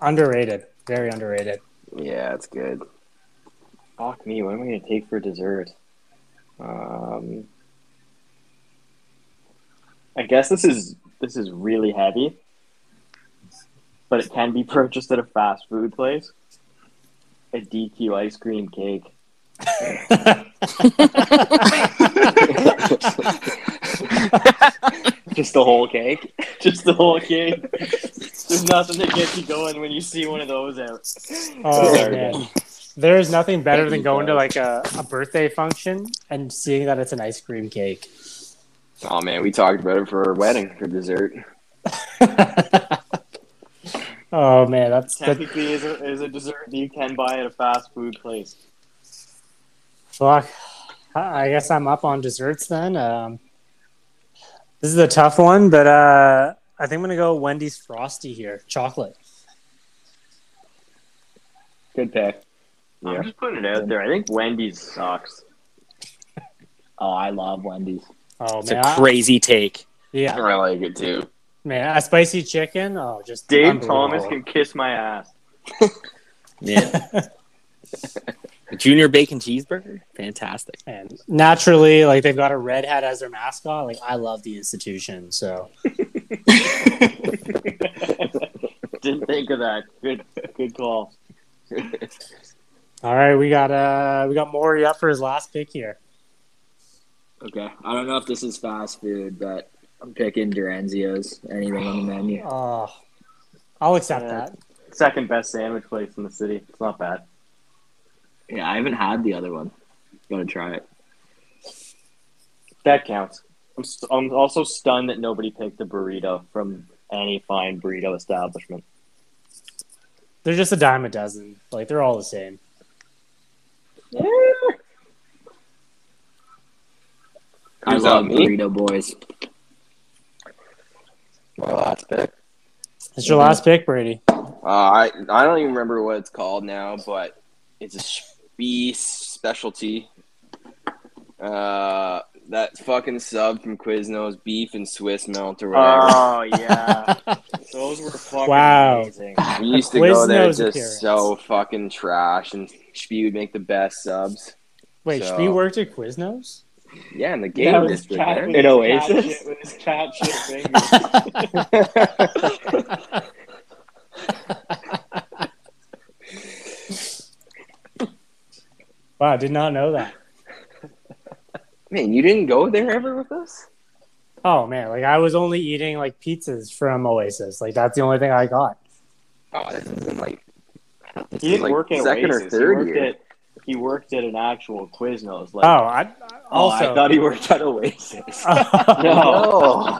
Speaker 1: underrated. Very underrated.
Speaker 4: Yeah, it's good.
Speaker 3: Fuck me, what am I gonna take for dessert? Um, I guess this is this is really heavy, but it can be purchased at a fast food place. A DQ ice cream cake. Just the whole cake. Just the whole cake. There's nothing that gets you going when you see one of those out.
Speaker 1: Oh
Speaker 3: Sorry,
Speaker 1: man, there is nothing better than
Speaker 4: you,
Speaker 1: going to
Speaker 4: guys.
Speaker 1: like a, a birthday function and seeing that it's an ice cream cake.
Speaker 4: Oh man, we talked about it for our wedding for dessert.
Speaker 1: oh man, that's that,
Speaker 3: Technically, is a, is a dessert that you can buy at a fast food place.
Speaker 1: Fuck. I I guess I'm up on desserts then. Um, this is a tough one, but uh, I think I'm going to go Wendy's Frosty here. Chocolate.
Speaker 3: Good pick.
Speaker 4: Yeah.
Speaker 3: I'm just putting it out there. I think Wendy's sucks.
Speaker 5: Oh, I love Wendy's.
Speaker 1: Oh,
Speaker 6: It's
Speaker 1: man.
Speaker 6: a
Speaker 1: I-
Speaker 6: crazy take.
Speaker 1: yeah.
Speaker 4: I like it too.
Speaker 1: Man, a spicy chicken. Oh, just.
Speaker 3: Dave
Speaker 1: unbelievable.
Speaker 3: Thomas can kiss my ass.
Speaker 6: Yeah. Junior bacon cheeseburger, fantastic.
Speaker 1: And naturally, like, they've got a red hat as their mascot. Like, I love the institution. So,
Speaker 3: Didn't think of that. Good, good call.
Speaker 1: all right. We got, uh, we got Maury up for his last pick here.
Speaker 5: Okay. I don't know if this is fast food, but I'm picking Durenzio's. Anything on the menu.
Speaker 1: Oh, I'll accept
Speaker 3: Yeah.
Speaker 1: that.
Speaker 3: Second best sandwich place in the city. It's not bad.
Speaker 5: Yeah, I haven't had the other one. Gotta try it.
Speaker 3: That counts. I'm, st- I'm also stunned that nobody picked the burrito from any fine burrito establishment.
Speaker 1: They're just a dime a dozen. Like, they're all the same.
Speaker 5: I
Speaker 4: Who's
Speaker 5: love
Speaker 4: that, me?
Speaker 5: burrito boys.
Speaker 4: My last pick.
Speaker 1: It's
Speaker 3: Mm-hmm.
Speaker 1: your last pick, Brady.
Speaker 4: Uh, I I don't even remember what it's called now, but it's a Spee specialty. Uh, that fucking sub from Quiznos, beef and Swiss melt or whatever.
Speaker 3: Oh yeah, those were fucking
Speaker 1: Wow.
Speaker 3: amazing.
Speaker 4: we used to go there
Speaker 1: Quiznos
Speaker 4: just
Speaker 1: appearance.
Speaker 4: so fucking trash, and Spee would make the best subs.
Speaker 1: Wait,
Speaker 4: So-
Speaker 1: should we worked at Quiznos?
Speaker 4: Yeah, in the
Speaker 3: That
Speaker 4: game
Speaker 3: was
Speaker 4: district.
Speaker 3: cat-
Speaker 4: man.
Speaker 3: with
Speaker 4: In
Speaker 3: his
Speaker 4: Oasis.
Speaker 3: cat shit- with his cat shit fingers.
Speaker 1: Wow, did not know that.
Speaker 4: Man, you didn't go there ever with us?
Speaker 1: Oh man, like I was only eating like pizzas from Oasis. Like that's the only thing I got.
Speaker 4: Oh, this is in like
Speaker 3: He didn't
Speaker 4: Like
Speaker 3: work at
Speaker 4: second or
Speaker 3: Oasis.
Speaker 4: third
Speaker 3: he worked
Speaker 4: year.
Speaker 3: at he worked at an actual Quiznos.
Speaker 1: Oh,
Speaker 3: Like, oh,
Speaker 1: I I-
Speaker 5: Oh,
Speaker 1: also
Speaker 3: I thought he worked at Oasis.
Speaker 4: oh.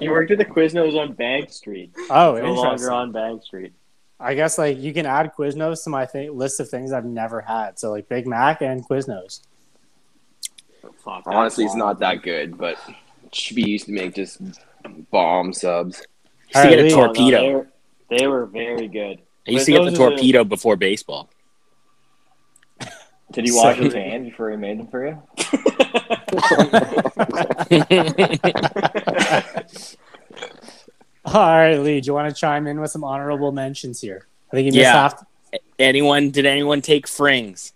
Speaker 3: he worked at the Quiznos on Bank Street.
Speaker 1: oh,
Speaker 3: No longer
Speaker 1: interesting.
Speaker 3: on Bank Street.
Speaker 1: I guess like you can add Quiznos to my thing list of things I've never had. So like Big Mac and Quiznos.
Speaker 3: Fuck, that's
Speaker 4: Honestly, it's not
Speaker 3: wild.
Speaker 4: that good, but Spee used to make just bomb subs.
Speaker 6: I
Speaker 1: Alright,
Speaker 6: used to get a
Speaker 1: Lee.
Speaker 6: torpedo.
Speaker 3: They were, they were very good.
Speaker 6: I used to get the
Speaker 3: Those are the-
Speaker 6: torpedo before baseball.
Speaker 3: Did he wash his
Speaker 1: Sorry.
Speaker 3: hands before he made them for you?
Speaker 1: All right, Lee, do you want to chime in with some honorable mentions here? I think you missed
Speaker 6: Yeah.
Speaker 1: half
Speaker 6: anyone did anyone take frings?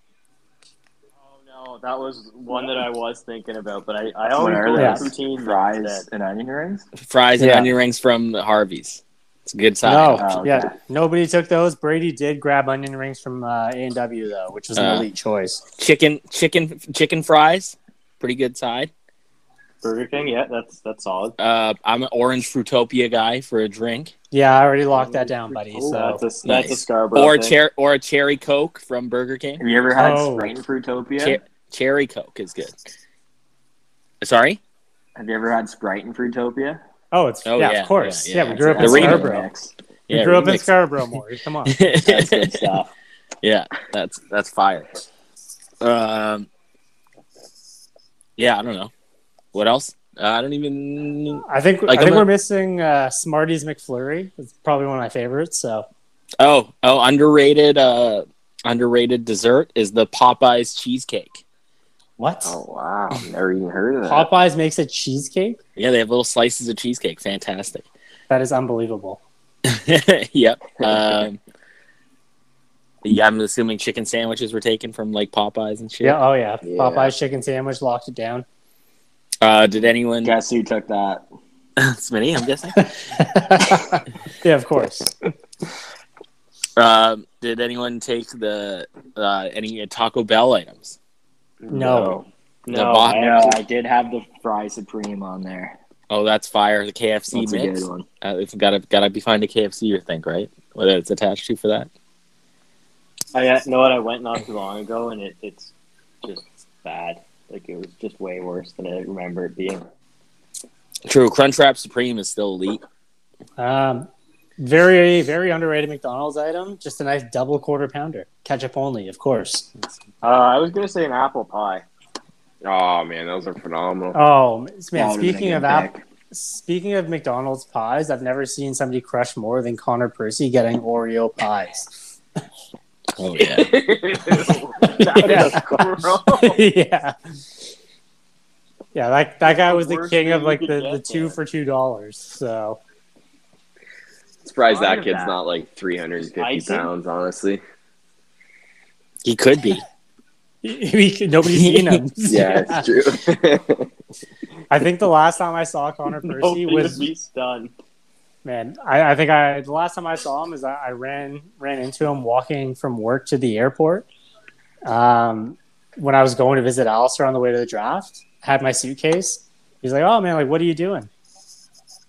Speaker 3: Oh no, that was one that I was thinking about, but I, I always
Speaker 5: What
Speaker 3: go
Speaker 5: are
Speaker 3: with
Speaker 1: those?
Speaker 3: poutine
Speaker 5: Fries
Speaker 3: instead.
Speaker 5: and onion rings?
Speaker 6: Fries and
Speaker 1: Yeah.
Speaker 6: onion rings from Harvey's. It's a good Uh, sign.
Speaker 1: No,
Speaker 5: Oh, okay.
Speaker 1: yeah, nobody took those. Brady did grab onion rings from uh, A and W though, which was an
Speaker 6: Uh.
Speaker 1: elite choice.
Speaker 6: Chicken chicken chicken fries, pretty good side.
Speaker 3: Burger King, yeah, that's that's solid.
Speaker 6: Uh, I'm an orange frutopia guy for a drink.
Speaker 1: Yeah, I already locked that down, buddy.
Speaker 3: Cool.
Speaker 1: So
Speaker 3: that's a that's a
Speaker 6: Nice.
Speaker 3: Scarborough
Speaker 6: or a
Speaker 3: thing.
Speaker 6: cher- or a cherry coke from Burger King.
Speaker 5: Have you ever had
Speaker 1: Oh.
Speaker 5: Sprite Fruitopia?
Speaker 6: Che- cherry coke is good. Sorry,
Speaker 5: Have you ever had Sprite and Fruitopia?
Speaker 1: oh, it's
Speaker 6: Oh,
Speaker 1: yeah,
Speaker 6: yeah,
Speaker 1: of course.
Speaker 6: yeah,
Speaker 1: Yeah,
Speaker 6: yeah.
Speaker 1: we grew up in
Speaker 6: That's a- that's a
Speaker 1: Scarborough. We grew up in Scarborough, more. Come on.
Speaker 5: That's good
Speaker 6: remix.
Speaker 5: stuff.
Speaker 6: yeah, that's that's fire. Um, yeah, I don't know. What else? I don't even.
Speaker 1: I think
Speaker 6: Like,
Speaker 1: I think
Speaker 6: I'm a-
Speaker 1: we're missing uh, Smarties McFlurry. It's probably one of my favorites. So
Speaker 6: Oh, oh, underrated. Uh, underrated dessert is the Popeyes cheesecake.
Speaker 1: what?
Speaker 4: Oh wow, never even heard of that.
Speaker 1: Popeyes makes a cheesecake.
Speaker 6: Yeah, they have little slices of cheesecake. Fantastic.
Speaker 1: That is unbelievable.
Speaker 6: yep. Um, yeah, I'm assuming chicken sandwiches were taken from like Popeyes and shit.
Speaker 1: Yeah. Oh yeah.
Speaker 4: Yeah.
Speaker 1: Popeyes chicken sandwich locked it down.
Speaker 6: Uh, did anyone?
Speaker 5: Guess who took that?
Speaker 6: Smitty, I'm guessing.
Speaker 1: yeah, of course.
Speaker 6: um, did anyone take the uh, any Taco Bell items?
Speaker 1: No.
Speaker 6: The
Speaker 3: No,
Speaker 6: bot-
Speaker 3: I
Speaker 5: No,
Speaker 3: actually-
Speaker 5: I did have the fry supreme on there.
Speaker 6: Oh, that's fire. The KFC
Speaker 5: That's a
Speaker 6: mix.
Speaker 5: good one.
Speaker 6: Uh, it's gotta gotta be find a KFC you think, right? Whether it's attached to for that.
Speaker 3: I uh, know what I went not too long ago, and it, it's just bad. Like it was just way worse than I remember it being.
Speaker 6: True. Crunchwrap Supreme is still elite.
Speaker 1: Um, very, very underrated McDonald's item. Just a nice double quarter pounder. Ketchup only, of course.
Speaker 3: Uh, I was gonna say an apple pie.
Speaker 4: Oh man, those are phenomenal.
Speaker 1: Oh man!
Speaker 5: That would've been a
Speaker 1: speaking
Speaker 5: good
Speaker 1: of app,
Speaker 5: pick.
Speaker 1: speaking of McDonald's pies, I've never seen somebody crush more than Connor Percy getting Oreo pies.
Speaker 6: Oh yeah.
Speaker 1: yeah, yeah. That that guy was
Speaker 3: the
Speaker 1: the
Speaker 3: worst
Speaker 1: king
Speaker 3: thing
Speaker 1: of
Speaker 3: you
Speaker 1: like
Speaker 3: could
Speaker 1: the,
Speaker 3: get
Speaker 1: the two
Speaker 3: there.
Speaker 1: for two dollars. So
Speaker 4: Surprised
Speaker 3: Why
Speaker 4: that
Speaker 3: is
Speaker 4: kid's
Speaker 3: that?
Speaker 4: not like
Speaker 3: I
Speaker 4: 350
Speaker 3: did-
Speaker 4: pounds, honestly.
Speaker 6: he could be.
Speaker 1: he- nobody's seen him.
Speaker 4: Yeah, it's true.
Speaker 1: I think the last time I saw Connor Percy
Speaker 3: Nobody
Speaker 1: was
Speaker 3: would be stunned.
Speaker 1: Man, I, I think I the last time I saw him is I, I ran ran into him walking from work to the airport. Um, when I was going to visit Alistair on the way to the draft, had my suitcase. He's like, "Oh man, like what are you doing?"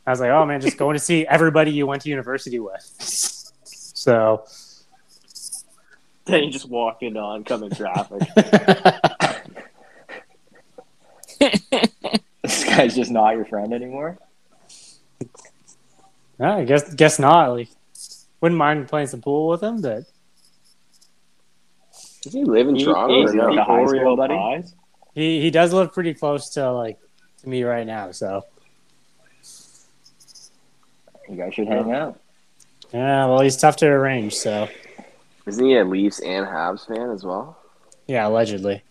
Speaker 1: I was like, "Oh man, just going to see everybody you went to university with." So,
Speaker 3: Then you just walk into oncoming traffic.
Speaker 5: This guy's just not your friend anymore.
Speaker 1: yeah, I guess guess not. Like, wouldn't mind playing some pool with him, but
Speaker 4: Does he live in
Speaker 3: Eat
Speaker 4: Toronto? Or
Speaker 3: eight
Speaker 4: no?
Speaker 5: The high
Speaker 3: Oreo
Speaker 5: school buddy?
Speaker 3: pies?
Speaker 1: he he does live pretty close to like to me right now. So,
Speaker 5: You guys should hang out.
Speaker 1: yeah, well, he's tough to arrange. So,
Speaker 4: Isn't he a Leafs and Habs fan as well?
Speaker 1: yeah, allegedly.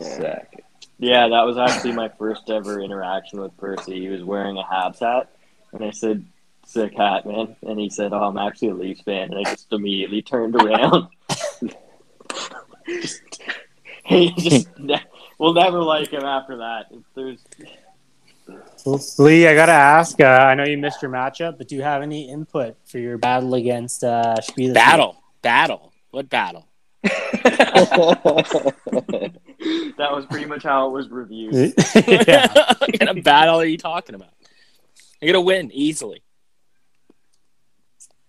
Speaker 5: Sick.
Speaker 3: Yeah, that was actually my first ever interaction with Percy. He was wearing a Habs hat, and I said, "Sick hat, man!" And he said, "Oh, I'm actually a Leafs fan," and I just immediately turned around. he just ne- will never like him after that. There's
Speaker 1: Well, Lee, I gotta ask. Uh, I know you missed your matchup, but do you have any input for your battle against uh, Spie this
Speaker 6: battle. Battle. What battle?
Speaker 3: that was pretty much how it was reviewed.
Speaker 1: week? yeah.
Speaker 6: what kind of battle are you talking about? You're gonna win easily.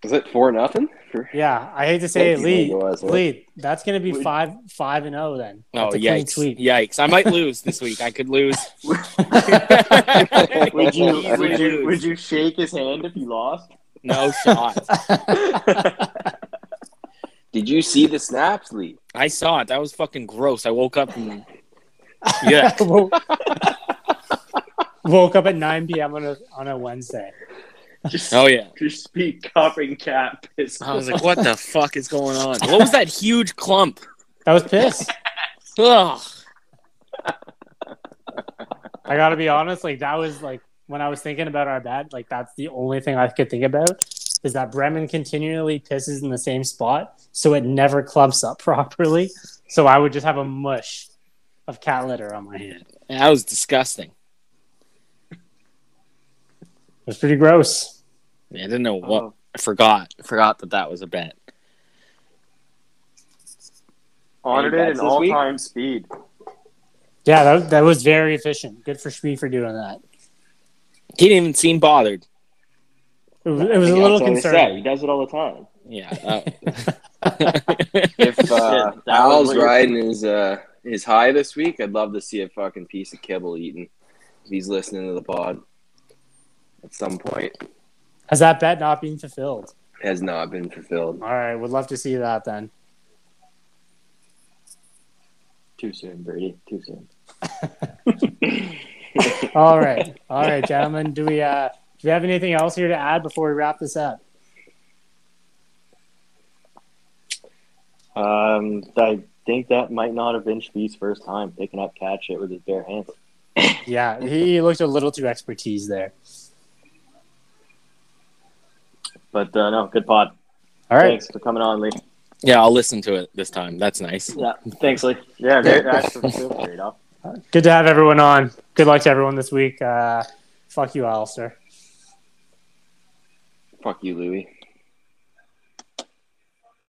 Speaker 4: Is it four nothing? For-
Speaker 1: yeah, I hate to say it, Lee.
Speaker 4: It was, like-
Speaker 1: Lee, that's gonna be five five and zero then.
Speaker 6: Oh
Speaker 1: That's a clean
Speaker 6: yikes!
Speaker 1: sweep.
Speaker 6: Yikes! I might lose this week. I could lose.
Speaker 3: Would you
Speaker 6: Easily
Speaker 3: would you
Speaker 6: lose.
Speaker 3: would you shake his hand if he lost?
Speaker 6: No shot.
Speaker 4: Did you see the snaps, Lee?
Speaker 6: I saw it. That was fucking gross. I woke up and yeah.
Speaker 1: Wo- Woke up at nine p.m. on a on a Wednesday.
Speaker 2: Just,
Speaker 6: Oh yeah.
Speaker 2: just speak coughing cat piss.
Speaker 6: I was like, what the fuck is going on? What was that huge clump?
Speaker 1: That was piss.
Speaker 6: Ugh.
Speaker 1: I gotta be honest. Like that was like when I was thinking about our bet. Like that's the only thing I could think about is that Bremen continually pisses in the same spot, so it never clumps up properly. So I would just have a mush of cat litter on my hand.
Speaker 6: That was disgusting.
Speaker 1: It was pretty gross.
Speaker 6: I didn't know what.
Speaker 3: Oh.
Speaker 6: I forgot. I forgot that that was a bet.
Speaker 3: Oh, Honored
Speaker 4: Any
Speaker 3: it
Speaker 4: bets
Speaker 3: in
Speaker 4: this
Speaker 3: all
Speaker 4: week?
Speaker 3: time speed.
Speaker 1: Yeah, that was, that was very efficient. Good for Shmi for doing that.
Speaker 6: He didn't even seem bothered.
Speaker 1: It was, it was a little concerning.
Speaker 5: He does it all the time.
Speaker 6: Yeah. that-
Speaker 4: If uh,
Speaker 3: Shit, that was
Speaker 4: Al's
Speaker 3: what you're-
Speaker 4: riding his uh, his high this week, I'd love to see a fucking piece of kibble eaten. If he's listening to the pod at some point,
Speaker 1: Has that bet not been fulfilled?
Speaker 4: has not been fulfilled.
Speaker 1: All right, would love to see that then.
Speaker 3: Too soon, Brady. Too soon.
Speaker 1: All right, all right, gentlemen. Do we uh, do we have anything else here to add before we wrap this up?
Speaker 3: Um, I think that might not have been Spieth's first time picking up cat shit with his bare hands.
Speaker 1: Yeah, he looked a little too expertise there.
Speaker 3: But uh, no, good pod.
Speaker 1: All right.
Speaker 3: Thanks for coming on, Lee.
Speaker 6: yeah, I'll listen to it this time. That's nice.
Speaker 3: Yeah, thanks, Lee. Yeah, great. That's a good trade off.
Speaker 1: Good to have everyone on. Good luck to everyone this week. Uh, fuck you, Alistair.
Speaker 4: Fuck you, Louie.